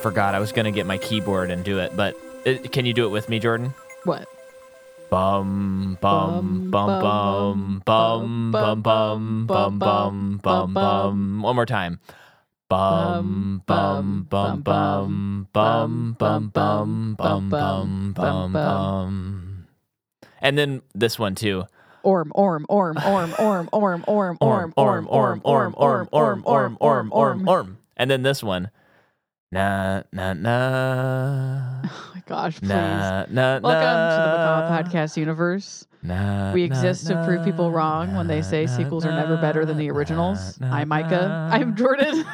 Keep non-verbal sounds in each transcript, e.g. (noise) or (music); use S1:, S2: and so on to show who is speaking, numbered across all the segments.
S1: forgot. I was gonna get my keyboard and do it, but uh can you do it with me, Jordan?
S2: What?
S1: Bum bum bum bum bum bum bum bum bum bum bum. One more time. Bum bum bum bum bum bum bum bum bum bum bum. And then this one too.
S2: Orm, orm, orm, orm, orm,
S1: (laughs)
S2: orm, orm,
S1: Orm orm orm orm orm orm orm orm orm orm. And then this one. Na na na.
S2: Oh my gosh, please.
S1: Na na
S2: Welcome to the Macaw Podcast universe.
S1: Nah,
S2: We exist to prove people wrong when they say sequels are never better than the originals. I'm Micah.
S1: (laughs)
S2: I'm Jordan.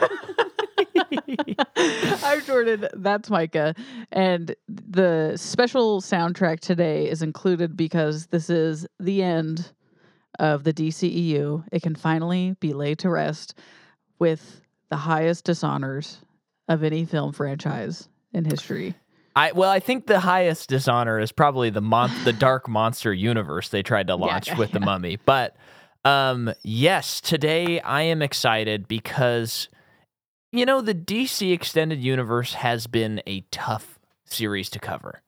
S2: I'm Jordan. That's Micah. And the special soundtrack today is included because this is the end of the DCEU. It can finally be laid to rest with the highest dishonors of any film franchise in history.
S1: I well, I think the highest dishonor is probably the mon- the dark monster universe they tried to launch with the mummy. But um, yes, today I am excited because you know the DC extended universe has been a tough series to cover.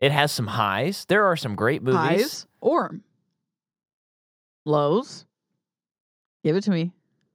S1: It has some highs. There are some great movies.
S2: Highs or lows. Give it to me.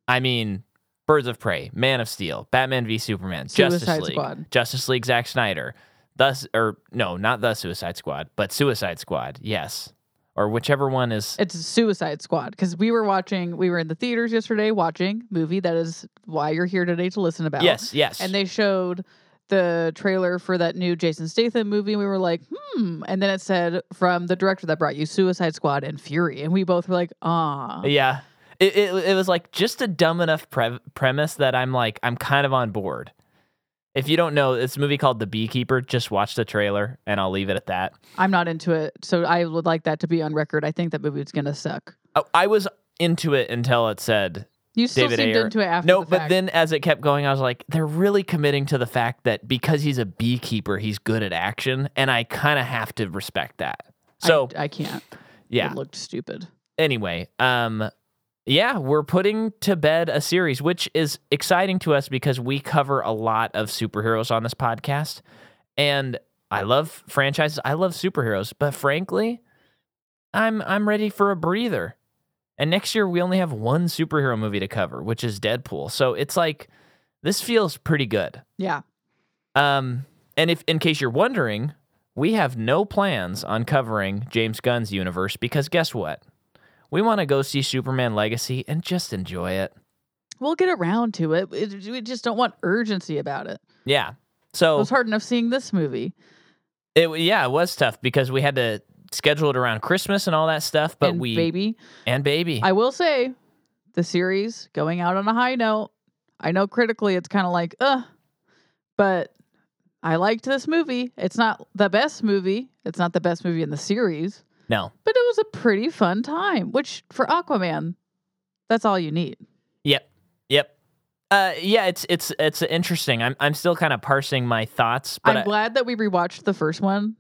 S1: I mean, Birds of Prey, Man of Steel, Batman v Superman, Justice
S2: Suicide
S1: League,
S2: Squad.
S1: Justice League, Zack Snyder, thus or no, not the Suicide Squad, but Suicide Squad, yes, or whichever one is.
S2: It's Suicide Squad because we were watching. We were in the theaters yesterday watching movie. That is why you're here today to listen about.
S1: Yes, yes,
S2: And they showed the trailer for that new Jason Statham movie. and We were like, hmm. And then it said from the director that brought you Suicide Squad and Fury, and we both were like, ah.
S1: yeah. It, it, it was like just a dumb enough pre- premise that I'm like I'm kind of on board. If you don't know, it's a movie called The Beekeeper. Just watch the trailer, and I'll leave it at that.
S2: I'm not into it. So I would like that to be on record. I think that movie was gonna suck.
S1: I, Oh, I was into it until it said
S2: You still
S1: David
S2: seemed
S1: Ayer.
S2: into it after.
S1: no,
S2: the
S1: but
S2: fact.
S1: then as it kept going, I was like, they're really committing to the fact that because he's a beekeeper, he's good at action, and I kind of have to respect that.
S2: I-
S1: So
S2: I can't.
S1: yeah.
S2: It looked stupid.
S1: Anyway, um, yeah, we're putting to bed a series, which is exciting to us because we cover a lot of superheroes on this podcast, and I love franchises, I love superheroes, but frankly, I'm I'm ready for a breather. And next year we only have one superhero movie to cover, which is Deadpool. So it's like this feels pretty good.
S2: Yeah.
S1: Um, and if in case you're wondering, we have no plans on covering James Gunn's universe because guess what? We want to go see Superman Legacy and just enjoy it.
S2: We'll get around to it. It- We just don't want urgency about it.
S1: Yeah.
S2: It
S1: So
S2: was hard enough seeing this movie.
S1: it yeah, it was tough because we had to schedule it around Christmas and all that stuff, but
S2: and
S1: we
S2: baby,
S1: and baby.
S2: I will say, the series going out on a high note. I know critically it's kind of like, ugh, but I liked this movie. It's not the best movie. It's not the best movie in the series,
S1: no.
S2: but it was a pretty fun time. Which for Aquaman, that's all you need.
S1: Yep. Yep. Uh, yeah, it's it's it's interesting. I'm I'm still kind of parsing my thoughts, but
S2: I'm
S1: I-
S2: glad that we rewatched the first one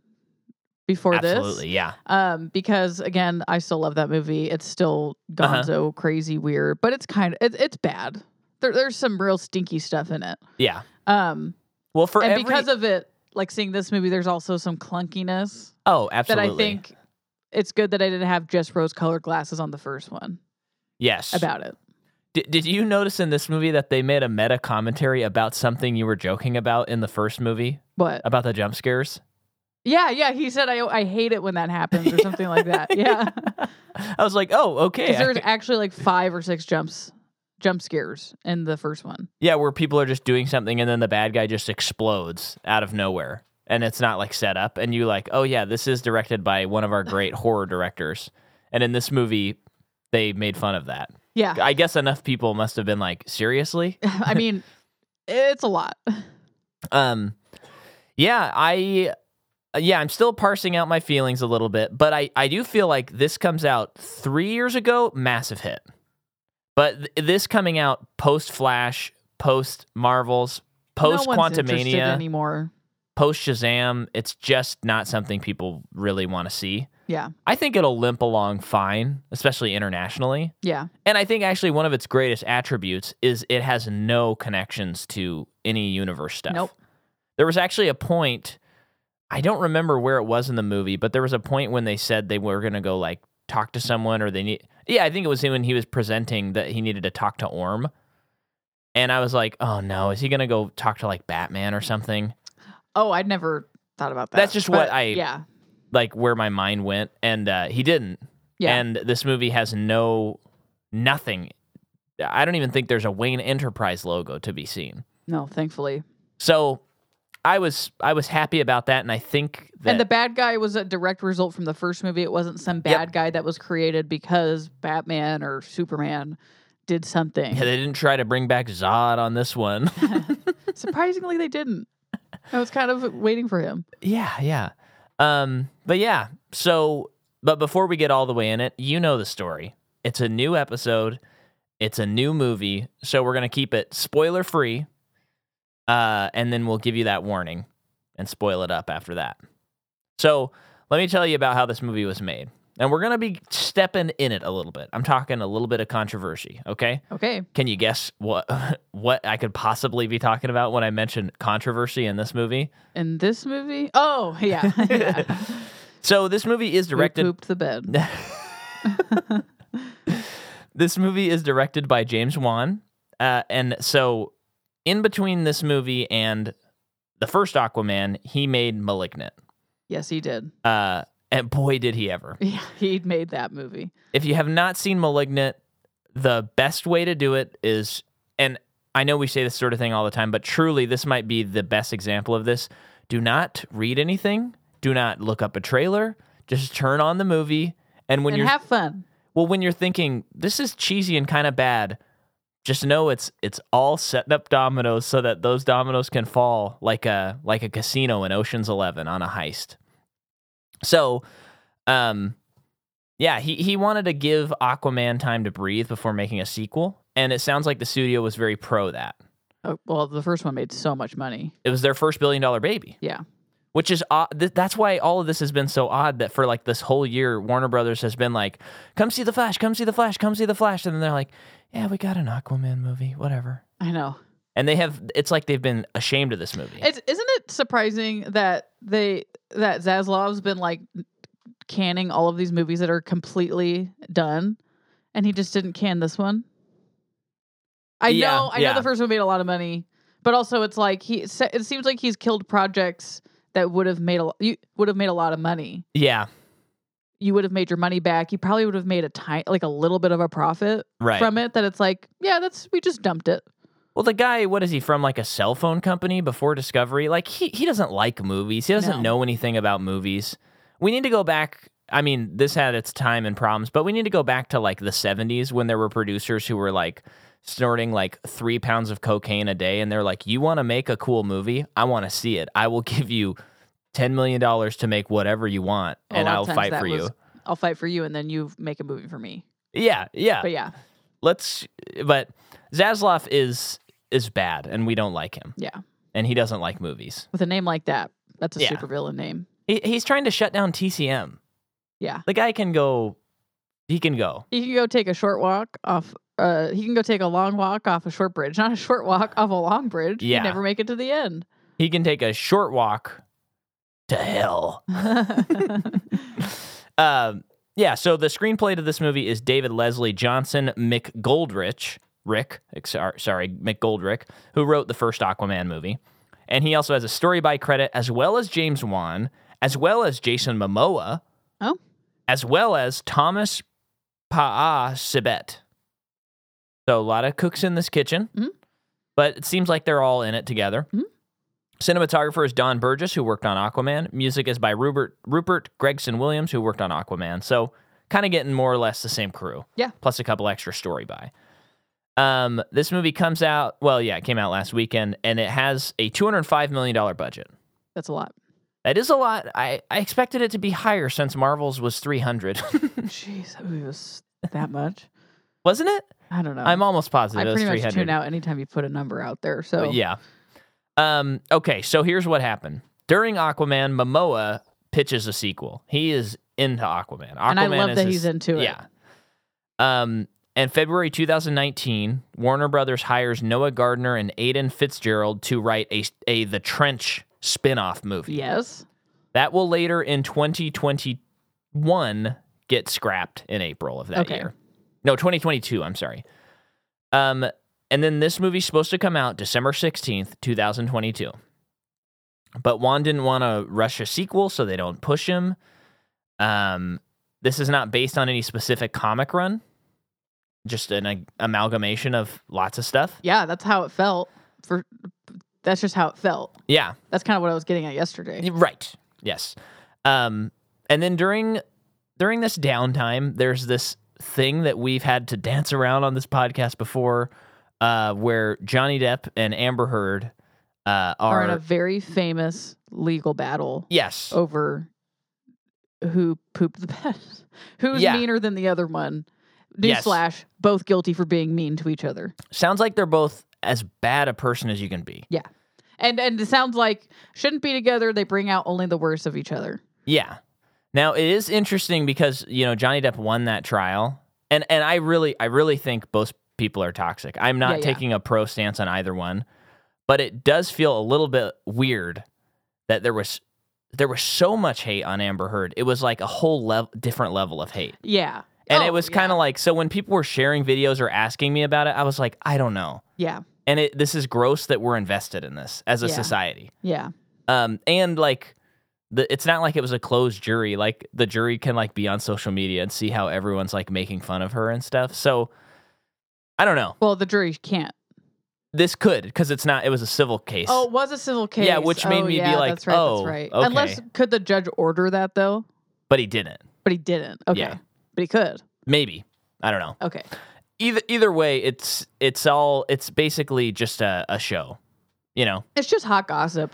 S2: before this.
S1: absolutely, yeah.
S2: um because again i still love that movie it's still
S1: Uh-huh.
S2: gonzo crazy weird but it's kind of it, it's bad there, there's some real stinky stuff in it
S1: Yeah.
S2: um
S1: Well, for
S2: and
S1: every
S2: because of it like seeing this movie there's also some clunkiness
S1: Oh,
S2: that
S1: absolutely.
S2: i think it's good that i didn't have just rose colored glasses on the first one
S1: yes.
S2: about it
S1: Did, did you notice in this movie that they made a meta commentary about something you were joking about in the first movie
S2: but
S1: about the jump scares?
S2: yeah yeah he said i, I hate it when that happens or something
S1: (laughs)
S2: like that yeah
S1: I was like, oh, okay.
S2: because
S1: I
S2: there's
S1: get-
S2: actually like five or six jumps jump scares in the first one
S1: yeah, where people are just doing something and then the bad guy just explodes out of nowhere and it's not like set up. And you like, oh, yeah, this is directed by one of our great horror directors. And in this movie, they made fun of that.
S2: yeah
S1: I guess enough people must have been like, seriously?
S2: (laughs) i mean it's a lot
S1: Um, yeah, I, yeah, I'm still parsing out my feelings a little bit, but I, I do feel like this comes out three years ago, massive hit. But th- this coming out post Flash, post Marvels, post
S2: no one's interested
S1: Quantumania,
S2: anymore.
S1: post Shazam, it's just not something people really want to see.
S2: Yeah,
S1: I think it'll limp along fine, especially internationally.
S2: yeah,
S1: And I think actually one of its greatest attributes is it has no connections to any universe stuff.
S2: Nope.
S1: There was actually a point, I don't remember where it was in the movie, but there was a point when they said they were going to go like talk to someone or they need. Yeah, I think it was when he was presenting that he needed to talk to Orm. And I was like, oh no, is he going to go talk to like Batman or something?
S2: Oh, I'd never thought about that.
S1: That's just what
S2: But,
S1: I-
S2: Yeah.
S1: Like where my mind went. And uh, he didn't.
S2: Yeah.
S1: And this movie has no, nothing. I don't even think there's a Wayne Enterprise logo to be seen.
S2: no, thankfully.
S1: So I was I was happy about that, and I think that
S2: and the bad guy was a direct result from the first movie. It wasn't some bad guy that was created because Batman or Superman did something.
S1: Yeah, (laughs) they didn't try to bring back Zod on this one.
S2: (laughs) Surprisingly, they didn't. I was kind of waiting for him.
S1: yeah, yeah. Um, but yeah. So, but before we get all the way in it, you know the story. It's a new episode. It's a new movie, so we're gonna keep it spoiler free. Uh, and then we'll give you that warning and spoil it up after that. So let me tell you about how this movie was made. And we're gonna be stepping in it a little bit. I'm talking a little bit of controversy, okay?
S2: Okay.
S1: Can you guess what (laughs) what I could possibly be talking about when I mention controversy in this movie?
S2: In this movie? Oh, (laughs)
S1: (laughs)
S2: yeah. yeah.
S1: so this movie is
S2: Who
S1: directed
S2: pooped the bed.
S1: this movie is directed by James Wan. Uh, and so in between this movie and the first Aquaman, he made Malignant.
S2: Yes, he did. (laughs)
S1: Uh, and boy did he ever.
S2: Yeah, he made that movie.
S1: If you have not seen Malignant, the best way to do it is, and I know we say this sort of thing all the time, but truly, this might be the best example of this. Do not read anything. Do not look up a trailer. Just turn on the movie, and when
S2: and
S1: you're
S2: have fun.
S1: well, when you're thinking this is cheesy and kind of bad, just know it's it's all setting up dominoes so that those dominoes can fall like a like a casino in Ocean's Eleven on a heist. So, um, yeah, he he wanted to give Aquaman time to breathe before making a sequel, and it sounds like the studio was very pro that.
S2: Oh, well, the first one made so much money.
S1: It was their first billion dollar baby.
S2: Yeah.
S1: Which is odd. Th- that's why all of this has been so odd that for like this whole year, Warner Brothers has been like, come see the Flash, come see the Flash, come see the Flash. And then they're like, yeah, we got an Aquaman movie, whatever.
S2: I know.
S1: And they have, it's like they've been ashamed of this movie.
S2: It's, isn't it surprising that they that Zaslav's been like canning all of these movies that are completely done, and he just didn't can this one? I
S1: Yeah,
S2: know, I
S1: yeah.
S2: know the first one made a lot of money, but also it's like he. It seems like he's killed projects that would have made a you would have made a lot of money.
S1: yeah,
S2: You would have made your money back. You probably would have made a tiny, like a little bit of a profit
S1: right.
S2: from it. That it's like, yeah, that's we just dumped it.
S1: well, the guy, what is he from? Like a cell phone company before Discovery? Like he, he doesn't like movies, he doesn't
S2: No.
S1: know anything about movies. We need to go back. I mean, this had its time and problems, but we need to go back to like the 70s when there were producers who were like, snorting like three pounds of cocaine a day and they're like you want to make a cool movie i want to see it i will (laughs) give you $10 million to make whatever you want
S2: A
S1: and
S2: lot of
S1: i'll
S2: times
S1: fight
S2: that
S1: for you
S2: was, I'll fight for you, and then you make a movie for me.
S1: yeah yeah
S2: But yeah,
S1: let's but zaslav is is bad and we don't like him
S2: yeah,
S1: and he doesn't like movies
S2: with a name like that, that's a
S1: Yeah.
S2: supervillain name.
S1: he, he's trying to shut down tcm
S2: Yeah,
S1: the guy can go he can go
S2: he can go take a short walk off. Uh, he can go take a long walk off a short bridge, (laughs) not a short walk off a long bridge.
S1: Yeah.
S2: you never make it to the end.
S1: (laughs)
S2: (laughs)
S1: he can take a short walk to hell um, yeah, so the screenplay to this movie is David Leslie Johnson McGoldrich, Rick, ex- sor- sorry, McGoldrick, who wrote the first Aquaman movie. And he also has a story by credit, as well as James Wan, as well as Jason Momoa,
S2: Oh.
S1: as well as Thomas Pa'a Sibet. So a lot of cooks in this kitchen,
S2: Mhm.
S1: but it seems like they're all in it together.
S2: Mhm.
S1: Cinematographer is Don Burgess, who worked on Aquaman. Music is by Rupert, Rupert Gregson Williams, who worked on Aquaman. So kind of getting more or less the same crew.
S2: Yeah.
S1: Plus a couple extra story by. Um, this movie comes out, well, yeah, it came out last weekend, and it has a $205 million budget.
S2: that's a lot.
S1: That is a lot. I, I expected it to be higher since Marvel's was 300.
S2: Jeez, that movie was that much.
S1: (laughs) Wasn't it?
S2: I don't know.
S1: I'm almost
S2: Um, I
S1: positive it was
S2: pretty much
S1: 300.
S2: tune out anytime you put a number out there. So
S1: But yeah. Um, okay, so here's what happened. During Aquaman, Momoa pitches a sequel. He is into Aquaman. Aquaman
S2: and I love
S1: is
S2: that
S1: his-
S2: he's into it.
S1: Yeah. Um, and February 2019, Warner Brothers hires Noah Gardner and Aidan Fitzgerald to write a, a The Trench spin-off movie.
S2: Yes.
S1: That will later in 2021 get scrapped in April of that
S2: Okay.
S1: year. No, 2022, I'm sorry. Um and then this movie's supposed to come out December 16th, 2022. But Juan didn't want to rush a sequel, so they don't push him. Um this is not based on any specific comic run. Just an ag- amalgamation of lots of stuff.
S2: Yeah, that's how it felt. For that's just how it felt.
S1: Yeah.
S2: That's kind of what I was getting at yesterday.
S1: Right. Yes. Um, and then during during this downtime, there's this thing that we've had to dance around on this podcast before, uh, where Johnny Depp and Amber Heard uh,
S2: Are
S1: are
S2: in a Oh. very famous legal battle
S1: yes,
S2: over who pooped the (laughs) bed, who's
S1: Yeah.
S2: meaner than the other one.
S1: Yes.
S2: Newsflash: both guilty for being mean to each other.
S1: sounds like they're both as bad a person as you can be.
S2: And and it sounds like shouldn't be together. They bring out only the worst of each other.
S1: Yeah. Now it is interesting because you know Johnny Depp won that trial, and and I really I really think both people are toxic. I'm not
S2: Yeah, yeah.
S1: taking a pro stance on either one, but it does feel a little bit weird that there was there was so much hate on Amber Heard. It was like a whole level different level of hate,
S2: Yeah.
S1: and
S2: Oh,
S1: it was
S2: yeah.
S1: kind of like so when people were sharing videos or asking me about it, I was like, I don't know.
S2: yeah,
S1: And it, this is gross that we're invested in this as a
S2: Yeah.
S1: society.
S2: yeah,
S1: Um, and like, the, it's not like it was a closed jury. Like the jury can like be on social media and see how everyone's like making fun of her and stuff. So I don't know.
S2: Well, the jury can't.
S1: This could because it's not. It was a civil case.
S2: Oh, it was a civil case.
S1: Yeah, which made
S2: Oh,
S1: me be
S2: yeah,
S1: like,
S2: that's right,
S1: oh,
S2: that's right.
S1: okay.
S2: Unless could the judge order that though?
S1: but he didn't.
S2: But he didn't. Okay.
S1: Yeah.
S2: But he could.
S1: Maybe I don't know.
S2: Okay.
S1: Either either way, it's it's all it's basically just a, a show. You know.
S2: It's just hot gossip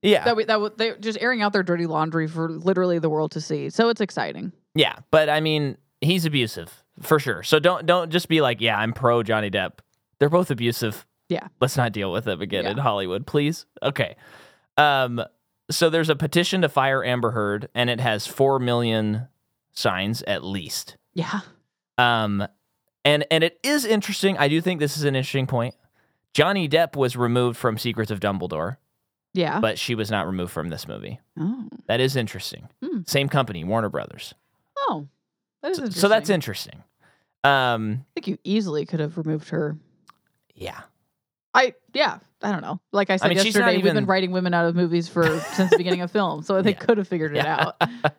S1: Yeah.
S2: that we that w- they just airing out their dirty laundry for literally the world to see. So it's exciting.
S1: yeah. But I mean, he's abusive for sure. So don't don't just be like, yeah, I'm pro Johnny Depp. They're both abusive.
S2: Yeah.
S1: Let's not deal with them again
S2: Yeah.
S1: in Hollywood, please. Okay. Um, so there's a petition to fire Amber Heard, and it has four million signs at least.
S2: Yeah.
S1: Um, and and it is interesting. I do think this is an interesting point. Johnny Depp was removed from Secrets of Dumbledore,
S2: Yeah.
S1: but she was not removed from this movie.
S2: oh.
S1: That is interesting.
S2: Hmm.
S1: Same company, Warner Brothers.
S2: Oh. That is
S1: So-
S2: interesting.
S1: so that's interesting. Um,
S2: I think you easily could have removed her.
S1: yeah.
S2: I yeah. I don't know. Like I said
S1: mean, she's not
S2: yesterday, we've
S1: even-
S2: been writing women out of movies for since the beginning of
S1: (laughs)
S2: film, so they
S1: Yeah.
S2: could have figured
S1: (laughs)
S2: it out. Uh,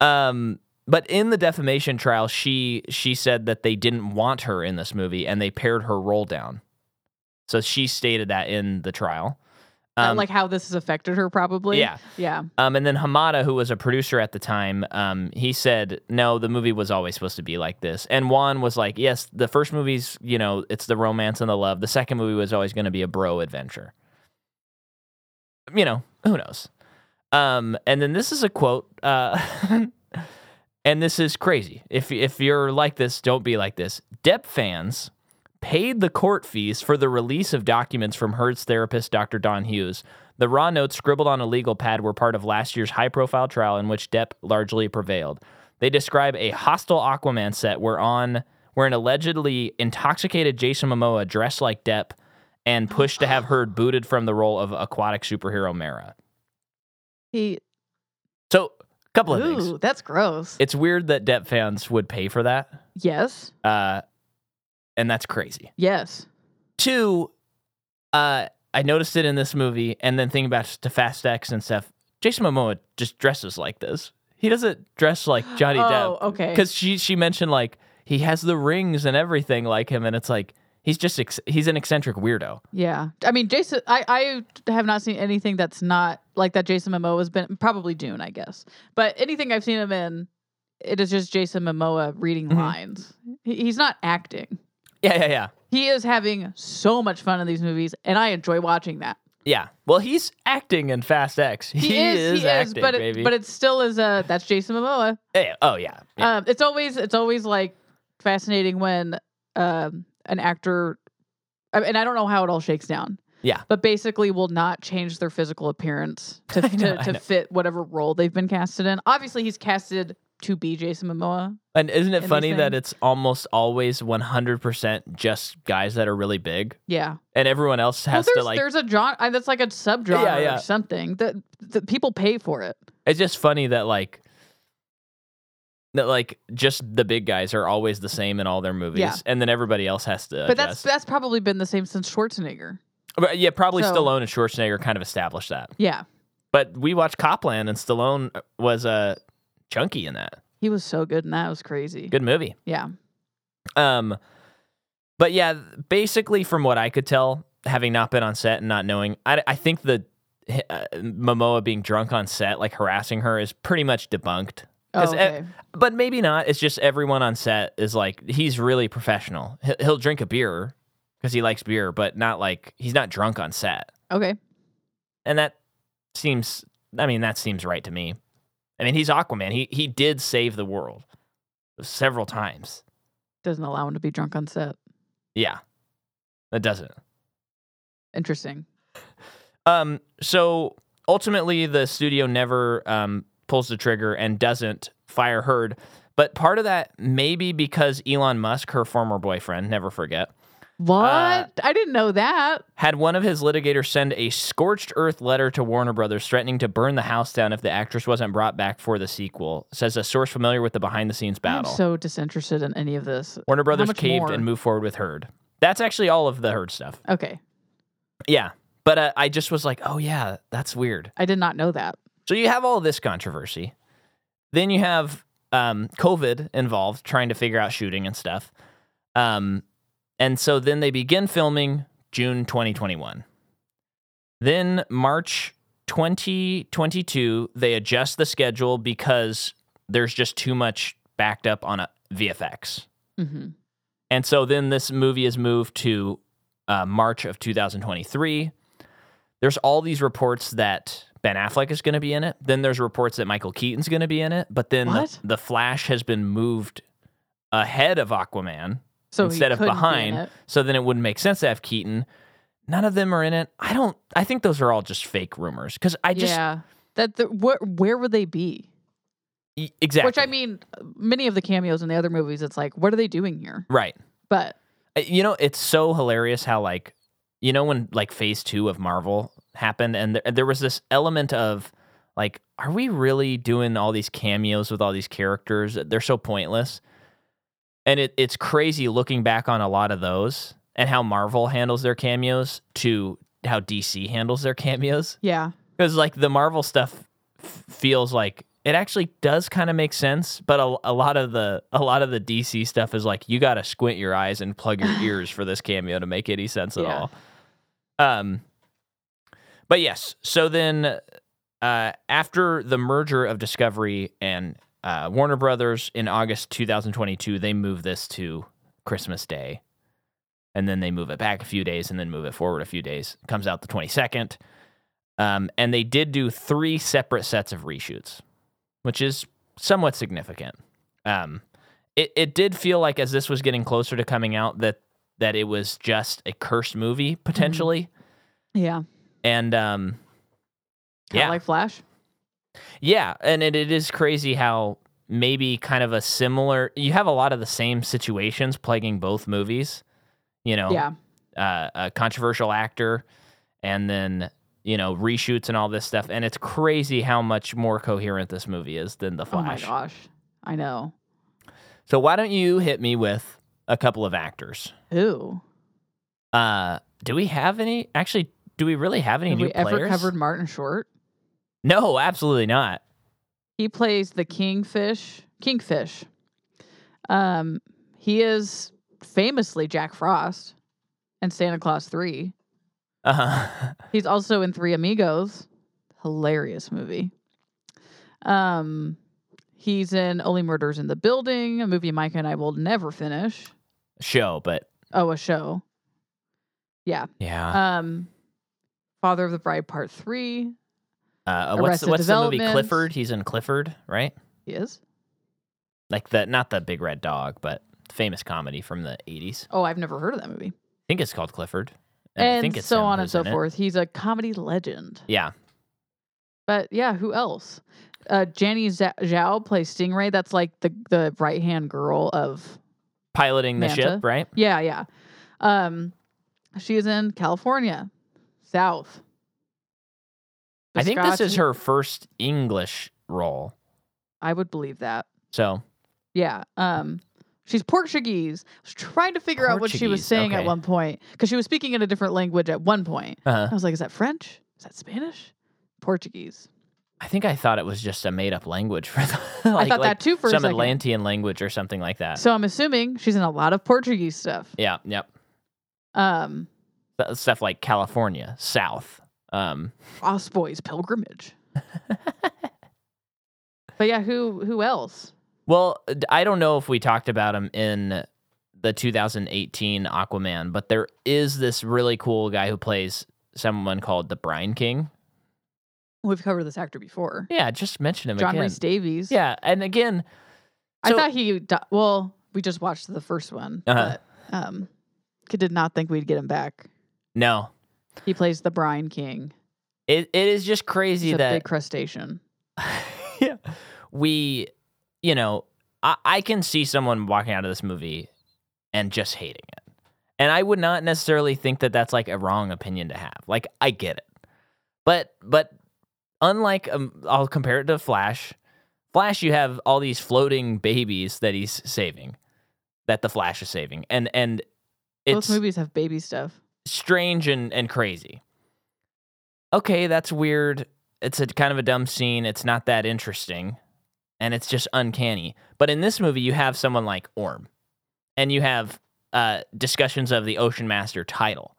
S1: um, but in the defamation trial, she she said that they didn't want her in this movie, and they pared her role down. So she stated that in the trial.
S2: Not like how this has affected her, probably.
S1: Um, yeah.
S2: Yeah.
S1: Um, and then Hamada, who was a producer at the time, um, he said, "No, the movie was always supposed to be like this." And Juan was like, "Yes, the first movie's, you know, it's the romance and the love. The second movie was always going to be a bro adventure." You know, who knows? Um, and then this is a quote, uh, (laughs) and this is crazy. If if you're like this, don't be like this. Depp fans paid the court fees for the release of documents from Heard's therapist, Dr. Don Hughes. The raw notes scribbled on a legal pad were part of last year's high profile trial in which Depp largely prevailed. They describe a hostile Aquaman set where on where an allegedly intoxicated Jason Momoa dressed like Depp and pushed to have Heard booted from the role of aquatic superhero Mara.
S2: He.
S1: So, a couple of things.
S2: Ooh, that's gross.
S1: It's weird that Depp fans would pay for that.
S2: yes.
S1: Uh, and that's crazy.
S2: Yes.
S1: Two, uh, I noticed it in this movie, and then thinking about to Fast X and stuff. Jason Momoa just dresses like this. He doesn't dress like Johnny
S2: oh,
S1: Depp
S2: okay.
S1: because she she mentioned like he has the rings and everything like him, and it's like he's just ex- he's an eccentric weirdo.
S2: Yeah. I mean, Jason, I, I have not seen anything that's not like that Jason Momoa has been, probably Dune, I guess. But anything I've seen him in, it is just Jason Momoa reading
S1: Mhm.
S2: lines. He, he's not acting.
S1: Yeah, yeah, yeah,
S2: He is having so much fun in these movies, and I enjoy watching that.
S1: yeah. Well, he's acting in Fast X. He, is, acting,
S2: but
S1: baby.
S2: it, but it still is a that's Jason Momoa.
S1: Yeah, oh yeah, yeah.
S2: Um, it's always it's always like fascinating when um, an actor, I- and I don't know how it all shakes down.
S1: Yeah.
S2: but basically will not change their physical appearance to
S1: (laughs) I know,
S2: to,
S1: I
S2: to
S1: know.
S2: fit whatever role they've been casted in. Obviously, he's casted to be Jason Momoa.
S1: And isn't
S2: in
S1: it
S2: these
S1: funny that
S2: things.
S1: it's almost always 100% just guys that are really big
S2: Yeah.
S1: and everyone else
S2: Well,
S1: has
S2: there's,
S1: to like
S2: there's a genre I- that's like a subgenre
S1: Yeah, yeah.
S2: or something that, that people pay for it.
S1: it's just funny that like that like just the big guys are always the same in all their movies
S2: Yeah.
S1: and then everybody else has to
S2: But that's
S1: adjust.
S2: that's probably been the same since Schwarzenegger.
S1: But yeah, probably
S2: so-
S1: Stallone and Schwarzenegger kind of established that.
S2: Yeah,
S1: But we watched Copland and Stallone was uh, chunky in that.
S2: he was so good, and that It was crazy.
S1: Good movie.
S2: Yeah,
S1: Um, but yeah, basically, from what I could tell, having not been on set and not knowing, I, I think the uh, Momoa being drunk on set, like harassing her, is pretty much debunked.
S2: oh,
S1: 'Cause, uh,
S2: okay.
S1: But maybe not. It's just everyone on set is like he's really professional. He- He'll drink a beer because he likes beer, but not like he's not drunk on set,
S2: okay,
S1: and that seems. I mean, that seems right to me. I mean, he's Aquaman. He he did save the world several times.
S2: doesn't allow him to be drunk on set.
S1: Yeah, that doesn't.
S2: Interesting.
S1: Um, so ultimately, the studio never um, pulls the trigger and doesn't fire Heard. But part of that maybe because Elon Musk, her former boyfriend, never forget,
S2: What?
S1: Uh,
S2: I didn't know that.
S1: had one of his litigators send a scorched earth letter to Warner Brothers threatening to burn the house down if the actress wasn't brought back for the sequel, says a source familiar with the behind the scenes
S2: I'm
S1: battle.
S2: so disinterested in any of this.
S1: Warner Brothers
S2: much
S1: caved
S2: more?
S1: and moved forward with Heard. That's actually all of the Heard stuff.
S2: Okay,
S1: Yeah. But uh, I just was like, oh, yeah, that's weird.
S2: I did not know that.
S1: So you have all this controversy. Then you have um, COVID involved, trying to figure out shooting and stuff. Um, and so then they begin filming June 2021. Then March 2022, they adjust the schedule because there's just too much backed up on uh, a VFX.
S2: hmm
S1: And so then this movie is moved to uh, March of 2023. There's all these reports that Ben Affleck is going to be in it. Then there's reports that Michael Keaton's going to be in it. But then the,
S2: What?
S1: the Flash has been moved ahead of Aquaman.
S2: So he
S1: Instead of
S2: couldn't be in
S1: behind,
S2: it.
S1: So then it wouldn't make sense to have Keaton. None of them are in it. I don't, I think those are all just fake rumors because I just,
S2: yeah, that the, where where would they be?
S1: e- exactly.
S2: Which I mean, many of the cameos in the other movies, it's like, what are they doing here?
S1: right.
S2: But
S1: Uh, You know, it's so hilarious how like you know when like phase 2 of Marvel happened and there, there was this element of like are we really doing all these cameos with all these characters? They're so pointless. And it it's crazy looking back on a lot of those and how Marvel handles their cameos to how DC handles their cameos
S2: yeah,
S1: cuz like the Marvel stuff f- feels like it actually does kind of make sense, but a, a lot of the a lot of the DC stuff is like you got to squint your eyes and plug your ears for this cameo to make any sense at
S2: Yeah.
S1: all. Um, but yes, so then uh, after the merger of Discovery and uh, Warner Brothers in August 2022, they move this to Christmas Day, and then they move it back a few days, and then move it forward a few days. comes out the 22nd. Um, and they did do three separate sets of reshoots, which is somewhat significant. Um, it, it did feel like as this was getting closer to coming out that that it was just a cursed movie
S2: Mm-hmm.
S1: potentially,
S2: yeah,
S1: and um,
S2: Kinda
S1: Yeah.
S2: like Flash.
S1: yeah, and it, it is crazy how maybe kind of a similar you have a lot of the same situations plaguing both movies, you know,
S2: Yeah,
S1: uh, a controversial actor and then you know reshoots and all this stuff and it's crazy how much more coherent this movie is than the flash
S2: oh my gosh, I know.
S1: so why don't you hit me with a couple of actors
S2: Who?
S1: uh do we have any actually do we really have any
S2: Have
S1: new
S2: we
S1: players
S2: ever covered Martin Short?
S1: no absolutely not
S2: He plays the kingfish. Kingfish. Um, he is famously Jack Frost and Santa Claus Three.
S1: uh-huh
S2: He's also in Three Amigos. Hilarious movie. Um, he's in Only Murders in the Building, a movie Micah and I will never finish.
S1: (laughs) show but
S2: Oh, a show. Yeah.
S1: yeah
S2: Um, Father of the Bride Part Three.
S1: uh, what's,
S2: Arrested
S1: what's the movie
S2: Development.
S1: clifford he's in clifford right
S2: He is.
S1: like the not the big red dog but famous comedy from the 80s i
S2: Oh, I've never heard of that movie.
S1: think it's called clifford
S2: And,
S1: I think it's
S2: so
S1: him
S2: on and
S1: who's
S2: so
S1: in it.
S2: forth. He's a comedy legend.
S1: yeah
S2: But yeah, who else? uh, Janny Zha- Zhao plays Stingray. That's like the the right hand girl of
S1: piloting the ship,
S2: Manta.
S1: right?
S2: yeah, yeah. Um, she is in California, South.
S1: I think this is
S2: Biscotti-
S1: her first English role.
S2: I would believe that.
S1: So
S2: Yeah. Um, she's Portuguese. I was trying to figure out what she was
S1: Portuguese,
S2: saying at
S1: okay.
S2: one point because she was speaking in a different language at one point.
S1: uh,
S2: I was like, is that French? Is that Spanish? Portuguese.
S1: I think I thought it was just a made up language for the, (laughs) like,
S2: I thought
S1: like
S2: that too for a
S1: some
S2: second.
S1: Atlantean language or something like that.
S2: So I'm assuming she's in a lot of Portuguese stuff.
S1: yeah, yep.
S2: Um,
S1: Th- Stuff like California, South. Um,
S2: Lost Boys Pilgrimage. (laughs) but yeah, who who else?
S1: well, d- I don't know if we talked about him in the 2018 Aquaman, but there is this really cool guy who plays someone called the Brine King.
S2: We've covered this actor before.
S1: Yeah, just mention him
S2: John
S1: again.
S2: Reese Davies.
S1: Yeah, and again,
S2: I
S1: so-
S2: thought he. Di- well, we just watched the first one,
S1: Uh-huh.
S2: but um, I did not think we'd get him back.
S1: no,
S2: He plays the Brine King.
S1: it, it is just crazy
S2: He's a
S1: that
S2: big crustacean.
S1: yeah. We, you know, I, I can see someone walking out of this movie and just hating it. And I would not necessarily think that that's like a wrong opinion to have. Like, I get it. But, but unlike, um, I'll compare it to Flash. Flash, you have all these floating babies that he's saving, that the Flash is saving. And, and
S2: Both
S1: it's
S2: movies have baby stuff.
S1: strange and, and crazy. Okay, that's weird. It's a kind of a dumb scene. It's not that interesting. And it's just uncanny. But in this movie, you have someone like Orm, and you have uh, discussions of the Ocean Master title.